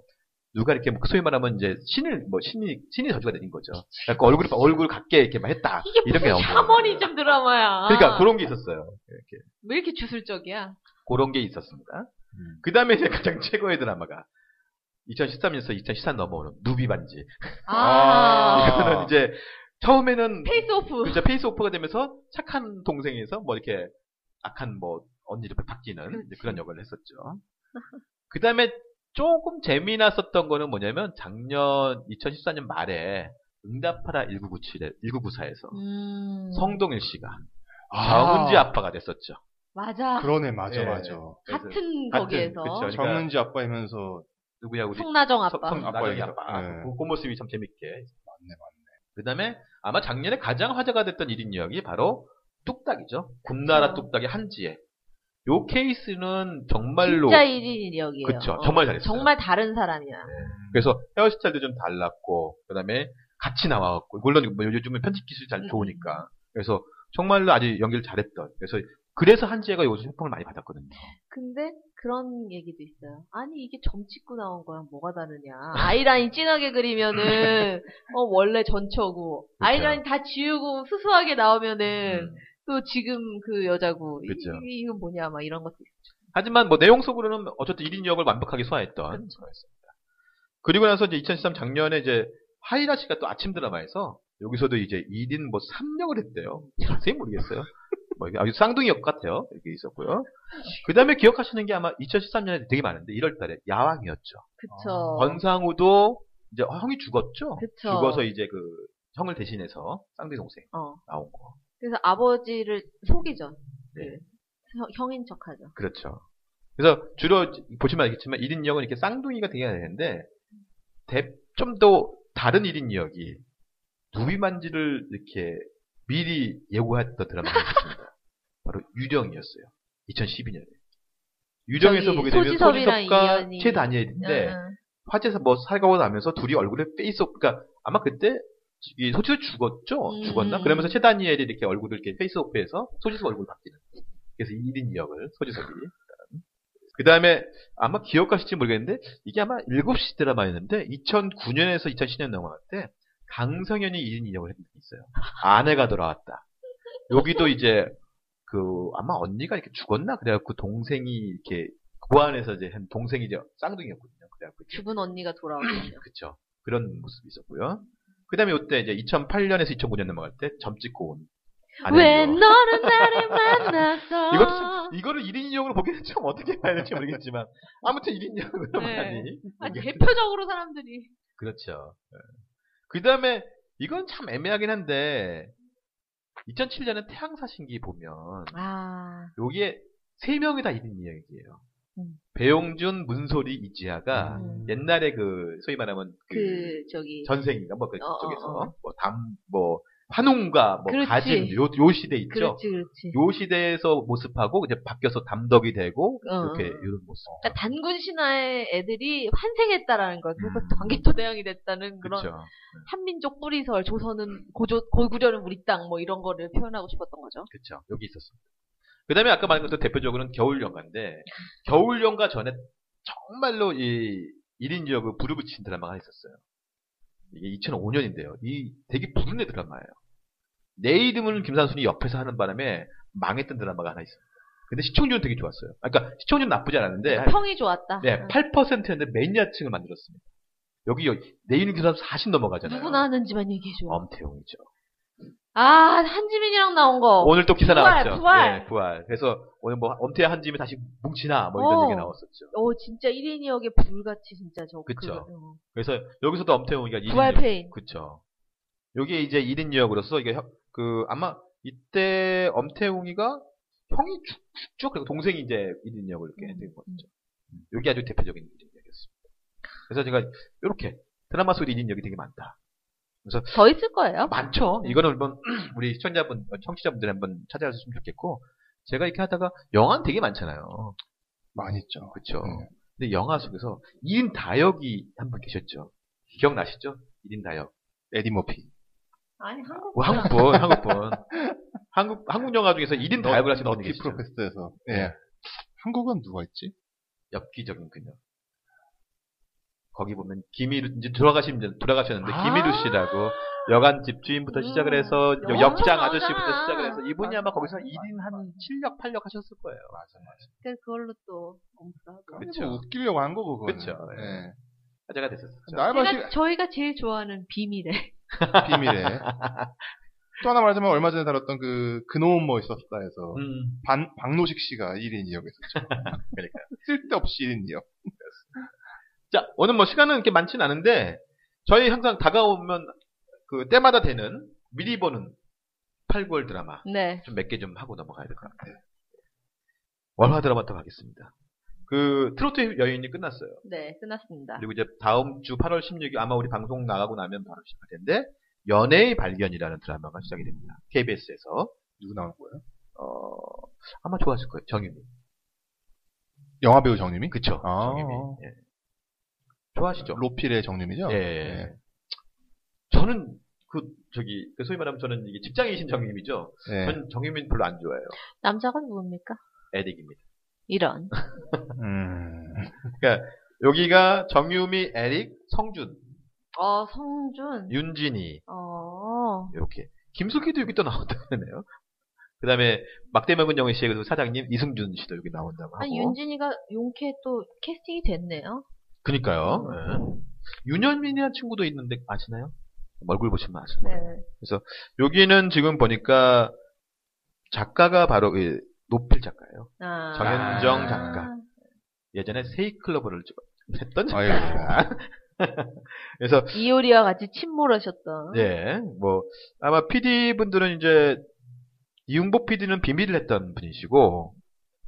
Speaker 4: 누가 이렇게 뭐 소위 말하면 이제 신을, 뭐 신이, 신이 저주가 되는 거죠. 그러니까 얼굴, 얼굴 같게 이렇게 막 했다.
Speaker 2: 이게
Speaker 4: 이런 게
Speaker 2: 무슨
Speaker 4: 나온 거예요.
Speaker 2: 샤머니즘 드라마야.
Speaker 4: 그러니까 그런 게 있었어요. 이렇게.
Speaker 2: 왜 이렇게 주술적이야?
Speaker 4: 그런 게 있었습니다.
Speaker 3: 음.
Speaker 4: 그 다음에 이제 가장 최고의 드라마가, 2013년에서 2014 넘어오는 누비반지.
Speaker 3: 아.
Speaker 2: 아.
Speaker 4: 이거는 이제, 처음에는
Speaker 2: 페이스 오프.
Speaker 4: 그자 그렇죠. 페이스 오프가 되면서 착한 동생에서 뭐 이렇게 악한 뭐 언니로 바뀌는 이제 그런 역할을 했었죠. 그 다음에 조금 재미났었던 거는 뭐냐면 작년 2014년 말에 응답하라 1997에 1994에서
Speaker 2: 음.
Speaker 4: 성동일 씨가
Speaker 3: 아,
Speaker 4: 정은지 아빠가 됐었죠.
Speaker 2: 맞아.
Speaker 3: 그러네, 맞아,
Speaker 4: 예. 그러니까
Speaker 3: 맞아.
Speaker 4: 그래서
Speaker 2: 같은
Speaker 4: 같은,
Speaker 2: 거기에서
Speaker 4: 그쵸.
Speaker 3: 정은지 아빠이면서
Speaker 4: 누구야 우리
Speaker 2: 성나정 아빠.
Speaker 4: 성- 성-
Speaker 3: 아빠
Speaker 4: 나경이
Speaker 3: 얘기죠.
Speaker 4: 아빠
Speaker 3: 네.
Speaker 4: 그, 그 모습이 참 재밌게
Speaker 3: 맞네, 맞네.
Speaker 4: 그 다음에 아마 작년에 가장 화제가 됐던 1인 이야기 바로 뚝딱이죠. 굽나라
Speaker 2: 그렇죠.
Speaker 4: 뚝딱이 한지혜. 요 케이스는 정말로
Speaker 2: 진짜 1인 역이에요.
Speaker 4: 그쵸. 정말 잘했어요. 네.
Speaker 2: 정말 다른 사람이야.
Speaker 4: 예. 그래서 헤어스타일도 좀 달랐고 그다음에 같이 나와갖고 물론 뭐 요즘은 편집 기술이 잘
Speaker 2: 음.
Speaker 4: 좋으니까 그래서 정말로 아주 연기를 잘했던 그래서 그래서 한지혜가 요즘 효과를 많이 받았거든요.
Speaker 2: 근데 그런 얘기도 있어요. 아니 이게 점 찍고 나온 거랑 뭐가 다르냐. 아이라인 진하게 그리면은 어, 원래 전처고 아이라인 다 지우고 수수하게 나오면은 또 지금 그 여자고 이-
Speaker 4: 음. 그쵸.
Speaker 2: 이, 이건 뭐냐 막 이런 것도 있죠.
Speaker 4: 하지만 뭐 내용 속으로는 어쨌든 1인 역을 완벽하게 소화했던
Speaker 2: 그렇죠.
Speaker 4: 거였습니다. 그리고 나서 이제 2013 작년에 이제 하이라 씨가 또 아침 드라마에서 여기서도 이제 1인 뭐 3역을 했대요. 자세히 모르겠어요. 뭐 이게 아주 쌍둥이 역 같아요. 이렇게 있었고요. 그 다음에 기억하시는 게 아마 2013년에 되게 많은데 1월 달에 야왕이었죠.
Speaker 2: 그쵸.
Speaker 4: 아, 권상우도 이제 형이 죽었죠.
Speaker 2: 어. 그쵸.
Speaker 4: 죽어서 이제 그 형을 대신해서 쌍둥이 동생
Speaker 2: 어.
Speaker 4: 나온 거.
Speaker 2: 그래서 아버지를 속이죠. 그
Speaker 4: 네.
Speaker 2: 형- 형인 척하죠.
Speaker 4: 그렇죠. 그래서 주로 보시면 알겠지만 1인 역은 이렇게 쌍둥이가 되어야 되는데 좀 더 다른 1인 역이 누비만지를 이렇게 미리 예고했던 드라마가 있습니다. 바로 유령이었어요. 2012년에. 유령에서
Speaker 2: 저기
Speaker 4: 보게 되면
Speaker 2: 소지섭이랑
Speaker 4: 소지섭과
Speaker 2: 이현이.
Speaker 4: 최다니엘인데
Speaker 2: 응.
Speaker 4: 화재에서 뭐 살가고 나면서 둘이 얼굴에 페이스업, 그니까 아마 그때 이 소지섭 죽었죠?
Speaker 2: 음.
Speaker 4: 죽었나? 그러면서 최다니엘이 이렇게 얼굴을 이렇게 페이스업해서 소지섭 얼굴 바뀌는. 그래서 1인 2역을 소지섭이. 그 다음에 아마 기억하실지 모르겠는데 이게 아마 7시 드라마였는데 2009년에서 2010년 넘어갈 때 강성현이 1인 2역을 했던 게 있어요. 아내가 돌아왔다. 여기도 이제 그 아마 언니가 이렇게 죽었나? 그래갖고 동생이 이렇게 그 보안에서 이제 한 동생이 이제 쌍둥이였거든요. 그래갖고 이제
Speaker 2: 죽은 언니가 돌아오거든요.
Speaker 4: 그쵸. 그런 모습이 있었고요. 그 다음에 이때 이제 2008년에서 2009년 넘어갈 때 점찍고 온. 아내예요.
Speaker 2: 왜 너를 나를 만나서
Speaker 4: 이것도 참, 이거를 1인 2역으로 보기에는 참 어떻게 봐야 될지 모르겠지만, 아무튼 1인 2역으로
Speaker 2: 네.
Speaker 4: 많이.
Speaker 2: 아,
Speaker 4: 얘기했-
Speaker 2: 대표적으로 사람들이
Speaker 4: 그렇죠. 그 다음에, 이건 참 애매하긴 한데, 2007년에 태양사신기 보면,
Speaker 2: 아
Speaker 4: 요게 세 명이 다 1인 2역이에요.
Speaker 2: 음.
Speaker 4: 배용준, 문소리, 이지아가, 옛날에 그, 소위 말하면 그
Speaker 2: 그 저기
Speaker 4: 전생인가 뭐
Speaker 2: 어,
Speaker 4: 그쪽에서
Speaker 2: 어, 어.
Speaker 4: 뭐담뭐 환웅과 뭐
Speaker 2: 그렇지.
Speaker 4: 가진 요, 요 시대 있죠.
Speaker 2: 그렇지 그렇지.
Speaker 4: 요 시대에서 모습하고 이제 바뀌어서 담덕이 되고
Speaker 2: 어,
Speaker 4: 이렇게
Speaker 2: 어.
Speaker 4: 이런 모습.
Speaker 2: 그러니까 단군 신화의 애들이 환생했다라는 거야. 그래서
Speaker 4: 음.
Speaker 2: 광개토 대왕이 됐다는 그런
Speaker 4: 그렇죠.
Speaker 2: 한민족 뿌리설 조선은 고조, 고구려는 우리 땅 뭐 이런 거를 표현하고 싶었던 거죠.
Speaker 4: 그렇죠. 여기 있었습니다. 그다음에 아까 말한 것도 대표적으로는 겨울 연가인데 겨울 연가 전에 정말로 이 1인 지역을 부르붙인 드라마가 있었어요. 이게 2005년인데요. 이 되게 부른의 드라마예요. 내 이름은 김산순이 옆에서 하는 바람에 망했던 드라마가 하나 있습니다. 근데 시청률은 되게 좋았어요. 아, 그러니까 시청률은 나쁘지 않았는데 한-
Speaker 2: 평이 좋았다.
Speaker 4: 네,
Speaker 2: 응.
Speaker 4: 8%였는데 매니아층을 만들었습니다. 여기 여기 내 이름 김산순 40 넘어가잖아요.
Speaker 2: 누구나 하는지만 얘기해줘.
Speaker 4: 엄태웅이죠.
Speaker 2: 아 한지민이랑 나온 거.
Speaker 4: 오늘 또 기사
Speaker 2: 어, 부활,
Speaker 4: 나왔죠.
Speaker 2: 부활.
Speaker 4: 네, 부활. 그래서 오늘 뭐 엄태 한짐이 다시 뭉치나 뭐 이런
Speaker 2: 어.
Speaker 4: 얘기 가 나왔었죠.
Speaker 2: 오 진짜 1인 2역의 불같이 진짜 저
Speaker 4: 그쵸.
Speaker 2: 그, 어.
Speaker 4: 그래서 여기서도 엄태웅이가 1인
Speaker 2: 부활 페인.
Speaker 4: 그쵸. 요게 이제 1인 역으로서 이게 혀- 그 아마 이때 엄태웅이가 형이 죽, 죽죠. 그리고 동생이 이제 1인 역을 이렇게
Speaker 2: 음,
Speaker 4: 해드린 거죠. 음, 요게 아주 대표적인 일이었습니다. 그래서 제가 이렇게 드라마 속에 1인 역이 되게 많다.
Speaker 2: 더 있을 거예요.
Speaker 4: 많죠.
Speaker 2: 네.
Speaker 4: 이거는 한번 우리 시청자분, 청취자분들 한번 찾아주셨으면 좋겠고 제가 이렇게 하다가 영화는 되게 많잖아요.
Speaker 3: 많이 있죠.
Speaker 4: 그렇죠.
Speaker 3: 네.
Speaker 4: 근데 영화 속에서 1인 다역이 한 분 계셨죠. 기억나시죠? 1인 다역.
Speaker 3: 에디 머피.
Speaker 2: 아니 한국
Speaker 4: 뭐 한국 분, 한국 분. 한국 한국 영화 중에서 1인 다역을 하신 분이
Speaker 3: 음, 너티
Speaker 4: 계시죠. 네.
Speaker 3: 프로페스에서. 예. 한국은 누가 있지?
Speaker 4: 엽기적인 그녀. 거기 보면 김희루 이제 돌아가신 돌아가셨는데
Speaker 3: 아.
Speaker 4: 김희루 씨라고 여관 집 주인부터
Speaker 2: 음.
Speaker 4: 시작을 해서
Speaker 2: 영화 엄청
Speaker 4: 역장 아저씨부터
Speaker 2: 나오잖아.
Speaker 4: 시작을 해서 이분이
Speaker 3: 맞아,
Speaker 4: 아마 거기서
Speaker 3: 맞아,
Speaker 4: 1인
Speaker 3: 맞아.
Speaker 4: 한 7력 8력 하셨을 거예요. 맞아요.
Speaker 2: 그걸로 또 엄프라고.
Speaker 4: 그쵸.
Speaker 3: 뭐 웃기려고 한 거고, 그거는.
Speaker 4: 그쵸, 예.
Speaker 3: 예.
Speaker 4: 화제가 됐었죠.
Speaker 2: 제가
Speaker 3: 날바시
Speaker 2: 저희가 제일 좋아하는 비밀에
Speaker 3: 비밀에. 또 하나 말하자면 얼마 전에 다뤘던 그, 그놈은 뭐 있었다 해서.
Speaker 4: 음.
Speaker 3: 반, 박노식 씨가 1인 2역 했었죠.
Speaker 4: 그러니까요.
Speaker 3: 쓸데없이 1인 2역.
Speaker 4: 자, 오늘 뭐 시간은 이렇게 많진 않은데 저희 항상 다가오면 그 때마다 되는 미리 보는 8, 9월 드라마
Speaker 2: 네.
Speaker 4: 좀 몇 개 좀 하고 넘어가야 될 것 같아요. 월화 드라마부터 가겠습니다. 그 트로트 여인이 끝났어요.
Speaker 2: 네, 끝났습니다.
Speaker 4: 그리고 이제 다음 주 8월 16일 아마 우리 방송 나가고 나면 바로 시작할 텐데 연애의 발견이라는 드라마가 시작이 됩니다. KBS에서.
Speaker 3: 누구 나오는 거예요?
Speaker 4: 어, 아마 좋았을 거예요. 정유미.
Speaker 3: 영화 배우 정유미?
Speaker 4: 그쵸.
Speaker 3: 아.
Speaker 4: 정유미. 예. 좋아하시죠?
Speaker 3: 로필의 정유미죠?
Speaker 4: 예.
Speaker 3: 예.
Speaker 4: 저는 그, 저기, 그 소위 말하면 저는 이게 직장이신 정유미죠?
Speaker 3: 예.
Speaker 4: 저는 정유미 별로 안 좋아해요.
Speaker 2: 남자가 누굽니까?
Speaker 4: 에릭입니다.
Speaker 2: 이런.
Speaker 3: 음.
Speaker 4: 여기가 정유미, 에릭, 성준,
Speaker 2: 어, 성준.
Speaker 4: 윤진이,
Speaker 2: 어.
Speaker 4: 이렇게. 김숙희도 여기 또 나온다네요. 그 다음에 막대명은 영희 씨의 그 사장님 이승준 씨도 여기 나온다고 하고.
Speaker 2: 아니, 윤진이가 용케 또 캐스팅이 됐네요.
Speaker 4: 그니까요.
Speaker 2: 음.
Speaker 4: 예. 윤현민이라는 친구도 있는데 아시나요? 얼굴 보시면 아실
Speaker 2: 네.
Speaker 4: 거예요. 여기는 지금 보니까 작가가 바로 이 노필 작가예요.
Speaker 2: 아.
Speaker 4: 정현정
Speaker 2: 아.
Speaker 4: 작가. 예전에 세이클로버를 찍- 했던
Speaker 3: 아이고.
Speaker 4: 작가. 그래서
Speaker 2: 이효리와 같이 침몰하셨던.
Speaker 4: 예, 뭐 아마 PD 분들은 이제 이웅복 PD는 비밀을 했던 분이시고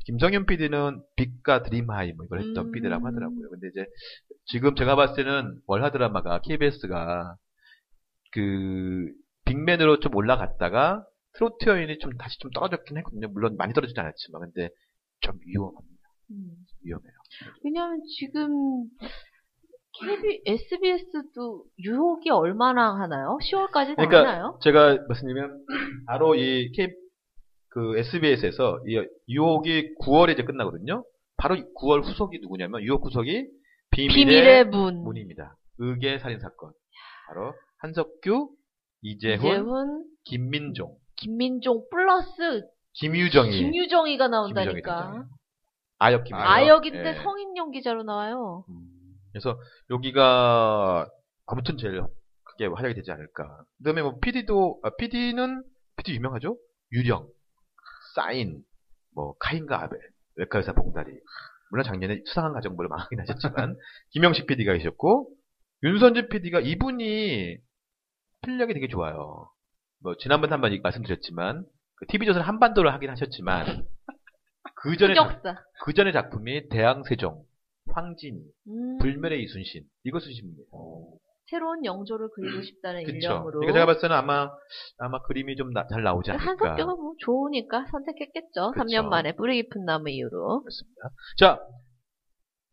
Speaker 4: 김성현 PD는 빛과 드림하이 뭐 이걸 했던
Speaker 2: 음.
Speaker 4: PD라고 하더라고요. 근데 이제 지금 제가 봤을 때는 월화 드라마가 KBS가 그 빅맨으로 좀 올라갔다가 트로트 여인이 좀 다시 좀 떨어졌긴 했거든요. 물론 많이 떨어지진 않았지만 근데 좀 위험합니다.
Speaker 2: 음.
Speaker 4: 위험해요.
Speaker 2: 왜냐면 지금 KB, SBS도 유혹이 얼마나 하나요? 10월까지 다
Speaker 4: 그러니까
Speaker 2: 하나요?
Speaker 4: 제가 말씀드리면 바로 이 K 그 SBS에서 이 유혹이 9월에 이제 끝나거든요. 바로 9월 후속이 누구냐면 유혹 후속이 비밀의,
Speaker 2: 비밀의 문.
Speaker 4: 문입니다. 의계 살인 사건. 바로 한석규, 이재훈,
Speaker 2: 이재훈,
Speaker 4: 김민종,
Speaker 2: 김민종 플러스
Speaker 4: 김유정이
Speaker 2: 김유정이가
Speaker 4: 김유정이
Speaker 2: 나온다니까.
Speaker 4: 등장해요. 아역 김유정.
Speaker 2: 아역인데
Speaker 4: 예.
Speaker 2: 성인 연기자로 나와요.
Speaker 4: 음, 그래서 여기가 아무튼 제일 크게 활약이 되지 않을까. 그다음에 뭐 PD도 아, PD는 PD 유명하죠? 유령, 사인, 뭐 카인과 아벨, 외과의사 봉다리. 물론 작년에 수상한 가정부를 망하긴 하셨지만 김영식 PD가 계셨고 윤선진 PD가 이분이 실력이 되게 좋아요. 뭐 지난번 한번 말씀드렸지만 그 TV 조선 한반도를 하긴 하셨지만 그 전에 작-
Speaker 2: 흑역사.
Speaker 4: 그 전의 작품이 대항세종, 황진이,
Speaker 2: 음,
Speaker 4: 불멸의 이순신 이것을 신문이에요.
Speaker 2: 새로운 영조를 그리고 싶다는
Speaker 4: 그렇죠.
Speaker 2: 일념으로.
Speaker 4: 그러니까 제가 봤을 때는 아마 아마 그림이 좀 잘 나오지 않을까.
Speaker 2: 한석규가 뭐 좋으니까 선택했겠죠.
Speaker 4: 그쵸.
Speaker 2: 3년 만에 뿌리 깊은 나무 이후로.
Speaker 4: 그렇습니다. 자,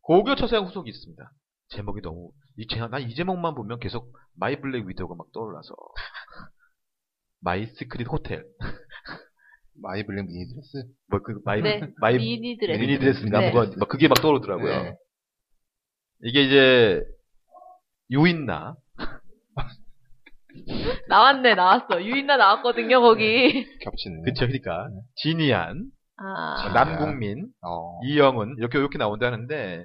Speaker 4: 고교 처세형 후속이 있습니다. 제목이 너무 이 제목 난이 제목만 보면 계속 마이 블랙 위도우가 막 떠올라서 마이 스크릿 호텔
Speaker 3: 마이 블랙 미니드레스?
Speaker 4: 뭐 그 마이
Speaker 2: 네.
Speaker 4: 마이
Speaker 2: 미니드레스.
Speaker 4: 미니 드레스인가
Speaker 2: 네.
Speaker 4: 뭐 그거- 막 그게 막 떠오르더라고요.
Speaker 3: 네.
Speaker 4: 이게 이제 유인나
Speaker 2: 나왔네, 나왔어. 유인나
Speaker 4: 네.
Speaker 2: 나왔거든요, 거기.
Speaker 3: 겹치는.
Speaker 4: 그쵸 그러니까 진이안
Speaker 2: 아,
Speaker 3: 아.
Speaker 4: 남국민
Speaker 3: 어.
Speaker 4: 이영은 이렇게 이렇게 나온다는데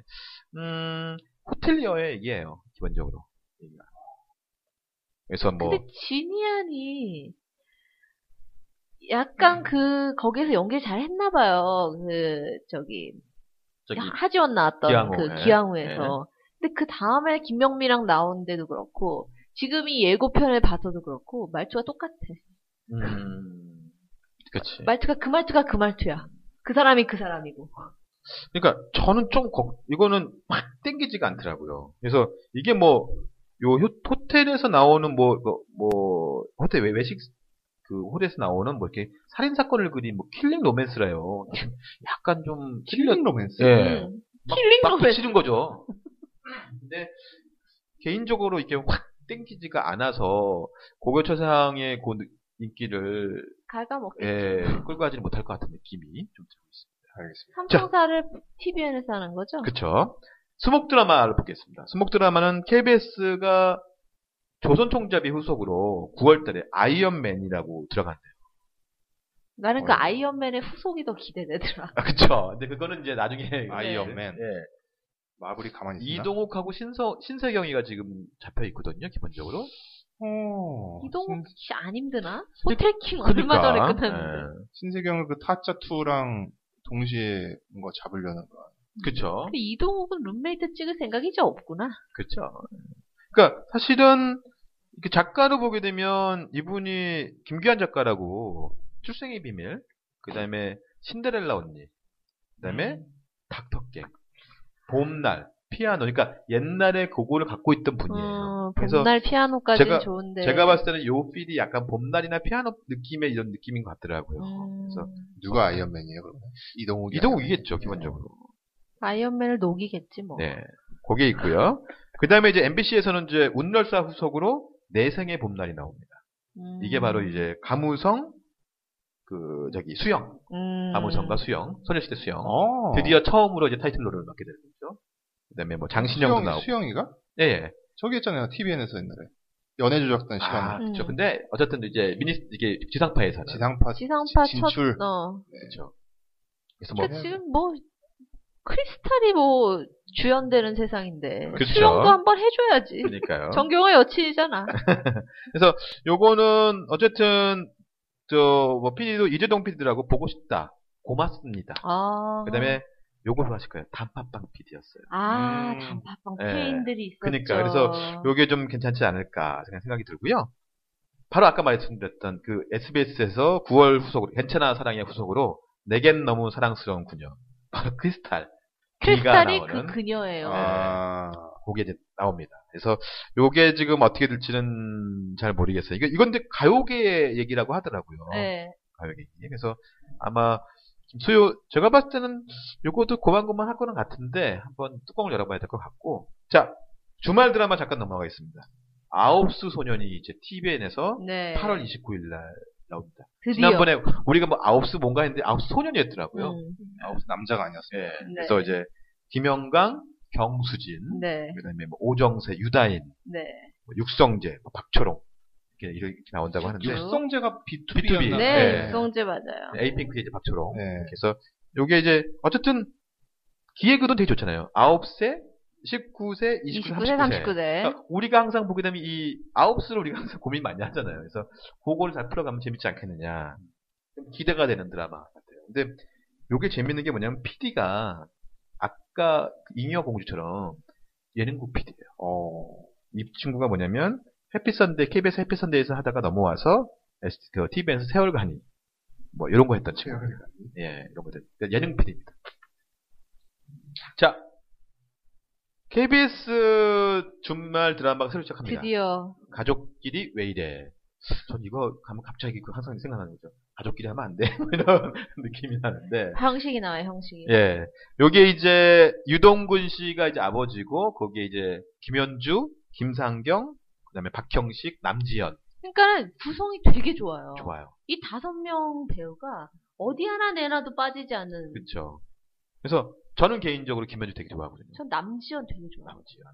Speaker 4: 음 호텔리어의 얘기예요 기본적으로 얘기가. 그래서 뭐
Speaker 2: 근데 지니안이
Speaker 4: 음.
Speaker 2: 약간 그 거기에서 연기를 잘 했나 봐요. 그 저기
Speaker 4: 저기
Speaker 2: 하지원 나왔던
Speaker 4: 기왕호,
Speaker 2: 그
Speaker 4: 예.
Speaker 2: 기왕후에서. 근데 그 다음에 김명미랑 나온데도 그렇고 지금 이 예고편을 봐서도 그렇고 말투가 똑같아.
Speaker 4: 예. 음 그치
Speaker 2: 말투가 그 말투가 그 말투야. 그 사람이 그 사람이고.
Speaker 4: 그러니까 저는 좀 걱- 이거는 확 땡기지가 않더라고요. 그래서 이게 뭐 요 호텔에서 나오는 뭐 뭐 호텔 외- 외식 그 호텔에서 나오는 뭐 이렇게 살인 사건을 그린 뭐 킬링 로맨스라요. 약간 좀
Speaker 3: 킬링 로맨스.
Speaker 4: 예.
Speaker 2: 음. 킬링
Speaker 4: 막
Speaker 2: 로맨스.
Speaker 4: 치는 거죠. 근데 개인적으로 이렇게 확 땡기지가 않아서 고교처상의 그 인기를
Speaker 2: 갉아먹겠죠.
Speaker 4: 예, 끌고 가지는 못할 것 같은 느낌이 좀 들고 있습니다.
Speaker 3: 알겠습니다.
Speaker 2: 삼성사를 TVN에서 하는 거죠?
Speaker 4: 그쵸. 수목 드라마를 보겠습니다. 수목 드라마는 KBS가 조선총잡이 후속으로 9월달에 아이언맨이라고 들어간대요.
Speaker 2: 나는 그
Speaker 3: 어.
Speaker 2: 아이언맨의 후속이 더 기대되더라.
Speaker 4: 아, 그쵸. 근데 그거는 이제 나중에.
Speaker 3: 아이언맨.
Speaker 4: 예.
Speaker 3: 마블이 가만히 있나?
Speaker 4: 이동욱하고 신서, 신세경이가 지금 잡혀있거든요, 기본적으로.
Speaker 3: 어.
Speaker 2: 이동욱 씨 안 힘드나?
Speaker 4: 근데-
Speaker 2: 호텔킹 뭐 얼마 전에
Speaker 4: 그러니까,
Speaker 2: 끝났는데.
Speaker 4: 예.
Speaker 3: 신, 세경을그 타짜 2랑 동시에 뭔가 잡으려는 거야.
Speaker 4: 그쵸.
Speaker 2: 근데 이동욱은 룸메이트 찍을 생각이 이제 없구나.
Speaker 4: 그렇죠. 그러니까 사실은 이렇게 작가로 보게 되면 이분이 김규환 작가라고 출생의 비밀, 네. 음. 그다음에 신데렐라 언니, 그다음에 닥터갱, 봄날, 피아노. 그러니까 옛날에 그거를 갖고 있던 분이에요.
Speaker 2: 음,
Speaker 4: 예.
Speaker 2: 네.
Speaker 4: 그래서
Speaker 2: 봄날 피아노까지는
Speaker 4: 제가-
Speaker 2: 좋은데.
Speaker 4: 제가 봤을 때는 요 필이 약간 봄날이나 피아노 느낌의 이런 느낌인 것 같더라고요.
Speaker 2: 음, 네.
Speaker 4: 그래서
Speaker 3: 누가 아이언맨이에요, 그러면? 이동욱이.
Speaker 4: 어. 이동욱이겠죠, 기본적으로.
Speaker 2: 아이언맨을 녹이겠지 뭐.
Speaker 4: 네. 그게 있고요. 그 다음에 이제 MBC에서는 이제 운열사 후속으로 내생의 봄날이 나옵니다.
Speaker 2: 음.
Speaker 4: 이게 바로 이제 가무성, 그, 저기, 수영.
Speaker 2: 음.
Speaker 4: 가무성과 수영. 소녀시대 수영.
Speaker 3: 어.
Speaker 4: 드디어 처음으로 이제 타이틀로를 맡게 되는 거죠. 그 다음에 뭐 장신영도
Speaker 3: 수영,
Speaker 4: 나오고.
Speaker 3: 수영이가?
Speaker 4: 예, 예.
Speaker 3: 저기 했잖아요. TVN에서 옛날에. 연애 조작단
Speaker 4: 아,
Speaker 3: 시간.
Speaker 2: 음.
Speaker 4: 그렇죠. 근데 어쨌든 이제 미니 이게 지상파에서는
Speaker 3: 지상파.
Speaker 2: 지상파
Speaker 3: 지-
Speaker 2: 첫
Speaker 3: 진출.
Speaker 2: 어.
Speaker 4: 그렇죠. 그래서 뭐
Speaker 2: 그 지금 뭐 크리스탈이 뭐 주연되는 세상인데
Speaker 4: 그쵸.
Speaker 2: 수영도 한번 해줘야지.
Speaker 4: 그러니까요.
Speaker 2: 정경화 여친이잖아.
Speaker 4: 요거는 어쨌든 저뭐 PD도 이재동 PD라고 보고 싶다. 고맙습니다.
Speaker 2: 아.
Speaker 4: 그다음에 요거 하실 거예요. 단팥빵 PD였어요.
Speaker 2: 아
Speaker 3: 음.
Speaker 2: 단팥빵
Speaker 4: 예.
Speaker 2: 페인들이 있었죠.
Speaker 4: 그러니까. 그래서 요게 좀 괜찮지 않을까 생각- 생각이 들고요. 바로 아까 말씀드렸던 그 SBS에서 9월 후속으로 괜찮아 사랑의 후속으로 내겐 너무 사랑스러운 그녀 바로 크리스탈
Speaker 2: 크리스탈이
Speaker 4: 비가
Speaker 2: 그
Speaker 4: 나오는.
Speaker 2: 그녀예요.
Speaker 3: 아.
Speaker 4: 그게 이제 나옵니다. 그래서 요게 지금 어떻게 될지는 잘 모르겠어요. 이거 이건 근데 가요계 얘기라고 하더라고요.
Speaker 2: 네.
Speaker 4: 가요계 얘기. 그래서 아마 지금 수요 제가 봤을 때는 요것도 고만고만 할 거는 같은데 한번 뚜껑을 열어봐야 될 것 같고 자 주말 드라마 잠깐 넘어가겠습니다. 아홉수 소년이 이제 TVN에서
Speaker 2: 네.
Speaker 4: 8월 29일 날 나옵니다.
Speaker 2: 드디어.
Speaker 4: 지난번에 우리가 뭐 아홉수 뭔가 했는데 아홉수 소년이었더라고요.
Speaker 2: 음.
Speaker 3: 아, 무슨 남자가 아니었어요.
Speaker 4: 예. 그래서 이제 김영강, 경수진,
Speaker 2: 네.
Speaker 4: 그다음에 뭐 오정세, 유다인
Speaker 2: 네.
Speaker 4: 뭐 육성재, 뭐 박초롱 이렇게 이렇게 나온다고 하는데
Speaker 3: 육성재가 B2B.
Speaker 4: B2B.
Speaker 2: 네.
Speaker 4: 네.
Speaker 2: 성재 맞아요.
Speaker 4: 에이핑크의 이제 박초롱.
Speaker 3: 네.
Speaker 4: 그래서 요게 이제 어쨌든 기획은 되게 좋잖아요. 9세, 19세, 29세,
Speaker 2: 29세,
Speaker 4: 39세.
Speaker 2: 39세.
Speaker 4: 그러니까 우리가 항상 보게 되면 이 9수를 우리가 항상 고민 많이 하잖아요. 그래서 그거를 잘 풀어가면 재밌지 않겠느냐. 좀 기대가 되는 드라마 같아요. 근데 요게 재밌는 게 뭐냐면 PD가 아까 그 잉여 공주처럼 예능국 PD예요. 이 친구가 뭐냐면 해피선데이, KBS 해피선데이에서 하다가 넘어와서 S, 그 TVN에서 세월간이 뭐 이런 거 했던 친구. 예, 이런 것들. 그러니까 예능 PD입니다. 자, KBS 주말 드라마가 새로 시작합니다.
Speaker 2: 드디어.
Speaker 4: 가족끼리 왜 이래? 전 이거 가면 갑자기 그 항상 생각나는 거죠. 가족끼리 하면 안 돼. 뭐 이런 느낌이 나는데.
Speaker 2: 형식이 나와요, 형식이.
Speaker 4: 네. 예. 요게 이제 유동근 씨가 이제 아버지고 거기에 이제 김현주, 김상경, 그다음에 박형식, 남지연
Speaker 2: 그러니까 구성이 되게 좋아요.
Speaker 4: 좋아요.
Speaker 2: 이 다섯 명 배우가 어디 하나 내놔도 빠지지 않은.
Speaker 4: 그렇죠. 그래서 저는 개인적으로 김현주 되게 좋아하거든요.
Speaker 2: 전 남지연 되게 좋아요.
Speaker 4: 남지연.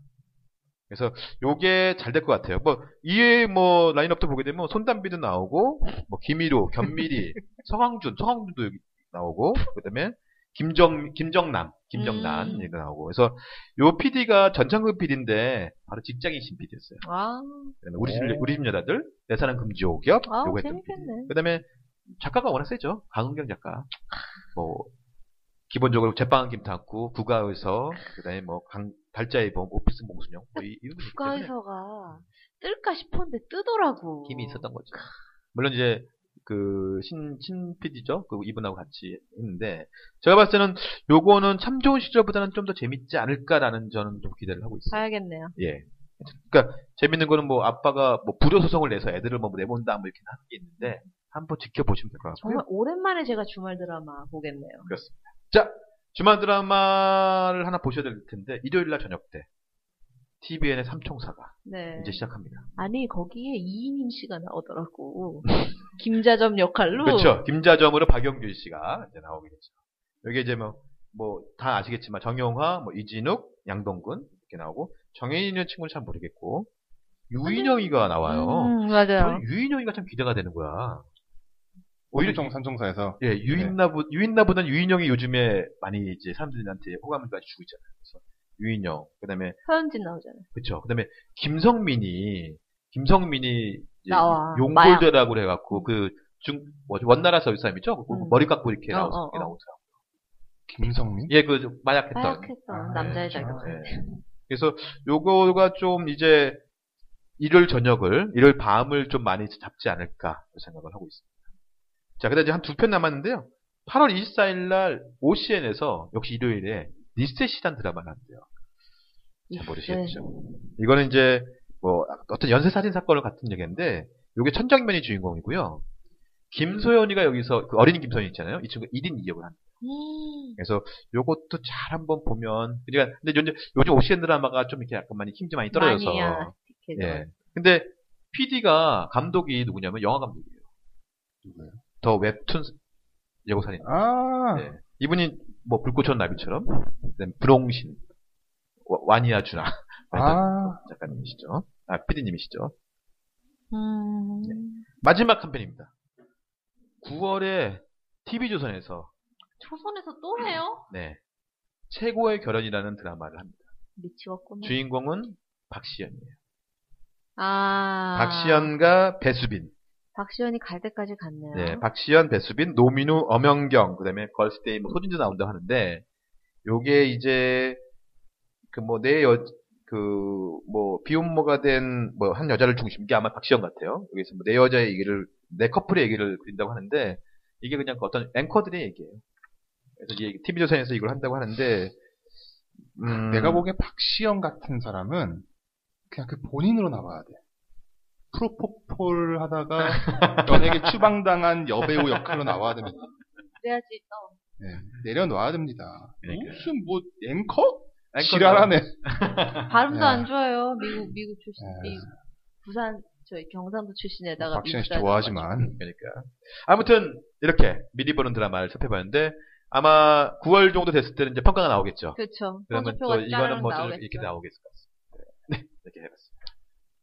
Speaker 4: 그래서 요게 잘 될 것 같아요. 뭐 이에 뭐 라인업도 보게 되면 손담비도 나오고 뭐 김희로, 견미리, 성황준, 성황준도 여기 나오고 그다음에 김정 김정남, 김정난
Speaker 2: 음.
Speaker 4: 얘가 나오고 그래서 요 PD가 전창근 PD인데 바로 직장인 신 PD였어요.
Speaker 2: 아,
Speaker 4: 그다음에 우리 집
Speaker 3: 오.
Speaker 4: 우리 집 여자들 내 사랑 금지 오기업
Speaker 2: 아
Speaker 4: 요거 했던
Speaker 2: 재밌겠네.
Speaker 4: 그다음에 작가가 워낙 세죠. 강은경 작가. 뭐 기본적으로 제빵 김탁구, 국가에서 그다음에 뭐 강, 달자의 봄, 오피스 몽순영 뭐 이, 이런 것들 때문에
Speaker 2: 국가에서가 뜰까 싶었는데 뜨더라고.
Speaker 4: 힘이 있었던 거죠. 물론 이제 그신신 PD죠. 그 이분하고 같이 했는데 제가 봤을 때는 요거는 참 좋은 시절보다는 좀 더 재밌지 않을까라는 저는 좀 기대를 하고 있어요.
Speaker 2: 봐야겠네요.
Speaker 4: 예. 그러니까 재밌는 거는 뭐 아빠가 뭐 불효 소송을 내서 애들을 뭐 내본다 뭐 이렇게 하는 게 있는데 한번 지켜보시면 될 것 같고요.
Speaker 2: 정말 오랜만에 제가 주말 드라마 보겠네요.
Speaker 4: 주말 드라마를 하나 보셔야 될 텐데 일요일 날 저녁 때 TVN의 삼총사가
Speaker 2: 네.
Speaker 4: 이제 시작합니다.
Speaker 2: 아니 거기에 이인임 씨가 나오더라고. 김자점 역할로.
Speaker 4: 그렇죠. 김자점으로 박영규 씨가 이제 나오게 되죠. 여기 이제 뭐 뭐 다 아시겠지만 정영화, 뭐 이진욱, 양동근 이렇게 나오고 정혜인이라는 친구는 잘 모르겠고 유인영이가 나와요.
Speaker 2: 음, 맞아요.
Speaker 4: 저는 유인영이가 참 기대가 되는 거야. 오히려
Speaker 3: 오일종 삼총사에서.
Speaker 4: 예,
Speaker 2: 네.
Speaker 4: 유인나보, 유인나보다는 유인영이 요즘에 많이 이제 사람들한테 호감을 많이 주고 있잖아요. 그래서 유인영, 그 다음에
Speaker 2: 서현진 나오잖아요.
Speaker 4: 그렇죠. 그다음에 김성민이 김성민이 이제
Speaker 2: 나와.
Speaker 4: 용골대라고 해갖고 그중 원나라 서울 사람이죠. 그
Speaker 2: 음.
Speaker 4: 머리 깎고 이렇게
Speaker 2: 어,
Speaker 4: 나오는
Speaker 2: 어,
Speaker 4: 게
Speaker 2: 어.
Speaker 4: 나오는 사람.
Speaker 3: 김성민?
Speaker 4: 예그 마약했던.
Speaker 2: 하얗했던
Speaker 3: 아,
Speaker 2: 남자
Speaker 3: 네,
Speaker 2: 여자
Speaker 3: 정말.
Speaker 2: 역
Speaker 4: 예. 그래서 요거가 좀 이제 일요일 저녁을 일요일 밤을 좀 많이 잡지 않을까 생각을 하고 있습니다. 자, 그다음 이제 한 두 편 남았는데요. 8월 24일 날 OCN에서 역시 일요일에 니스테시란 드라마를 한대요. 잘
Speaker 2: 네.
Speaker 4: 모르시겠죠. 이거는 이제 뭐 어떤 연쇄 살인 사건을 같은 얘기인데 요게 천장면이 주인공이고요. 김소연이가 여기서 그 어린 김소연 있잖아요. 이 친구 가 1인 2역을 합니다.
Speaker 2: 음.
Speaker 4: 그래서 요것도 잘 한번 보면 그러니까 근데 요즘 요즘 OCN 드라마가 좀 이렇게 약간 많이 힘이 많이 떨어져서
Speaker 2: 마니아 스틱해서.
Speaker 4: 예. 근데 PD가 감독이 누구냐면 영화 감독이에요.
Speaker 3: 누구예요?
Speaker 4: 더 웹툰 예고사님.
Speaker 3: 아,
Speaker 4: 네. 이분이 뭐 불꽃천 나비처럼 그다음에 분홍신 와- 와니아 준하
Speaker 3: 아,
Speaker 4: 작가님이시죠. 아 PD님이시죠.
Speaker 2: 음.
Speaker 4: 네. 마지막 한편입니다. 9월에 TV조선에서
Speaker 2: 조선에서 또 해요?
Speaker 4: 네 최고의 결혼이라는 드라마를 합니다. 네.
Speaker 2: 미치겠구나.
Speaker 4: 주인공은 박시연이에요.
Speaker 2: 아.
Speaker 4: 박시연과 배수빈.
Speaker 2: 박시연이 갈 때까지 갔네요.
Speaker 4: 네, 박시연, 배수빈, 노민우, 엄영경, 그다음에 걸스데이, 뭐 소진도 나온다고 하는데, 요게 이제, 그 뭐, 내 여, 그, 뭐, 비혼모가 된, 뭐, 한 여자를 중심, 이게 아마 박시연 같아요. 여기서 뭐, 내 여자의 얘기를, 내 커플의 얘기를 그린다고 하는데, 이게 그냥 그 어떤 앵커들의 얘기예요. 그래서 이 TV조선에서 이걸 한다고 하는데, 음,
Speaker 3: 내가 보기엔 박시영 같은 사람은 그냥 그 본인으로 나와야 돼. 프로포폴 하다가 연예계 추방당한 여배우 역할로 나와야 됩니다.
Speaker 2: 그래야지, 어.
Speaker 3: 네, 내려놔야 됩니다.
Speaker 4: 그러니까요.
Speaker 3: 무슨 뭐 앵커?
Speaker 4: 앵커가-
Speaker 3: 지랄하네.
Speaker 2: 발음도
Speaker 3: 네.
Speaker 2: 안 좋아요. 미국, 미국 출신,
Speaker 3: 네.
Speaker 2: 미국, 부산, 저희 경상도
Speaker 4: 뭐
Speaker 2: 출신에다가.
Speaker 3: 박시영 씨
Speaker 2: 미국 사람
Speaker 3: 좋아하지만
Speaker 4: 그러니까. 아무튼, 이렇게 미리 보는 드라마를 살펴봤는데, 아마 9월 정도 됐을 때는 이제 평가가 나오겠죠.
Speaker 2: 그렇죠.
Speaker 4: 그러면
Speaker 2: 성적표가
Speaker 4: 또 이거는
Speaker 2: 짜르르
Speaker 4: 뭐좀
Speaker 2: 나오겠죠.
Speaker 4: 이렇게 나오겠을 것 같습니다. 네, 이렇게 해봤습니다.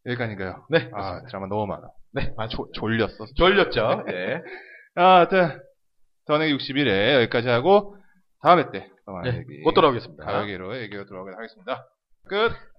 Speaker 3: 여기까지인가요?
Speaker 4: 네,
Speaker 3: 아,
Speaker 4: 아,
Speaker 3: 드라마 너무 많아.
Speaker 4: 네,
Speaker 3: 아, 조- 졸렸어.
Speaker 4: 졸렸죠. 네,
Speaker 3: 아, 하여튼 전액 61회 여기까지 하고 다음에 때. 또
Speaker 4: 네,
Speaker 3: 얘기.
Speaker 4: 곧 돌아오겠습니다.
Speaker 3: 가요계로 얘기하도록 하겠습니다. 끝.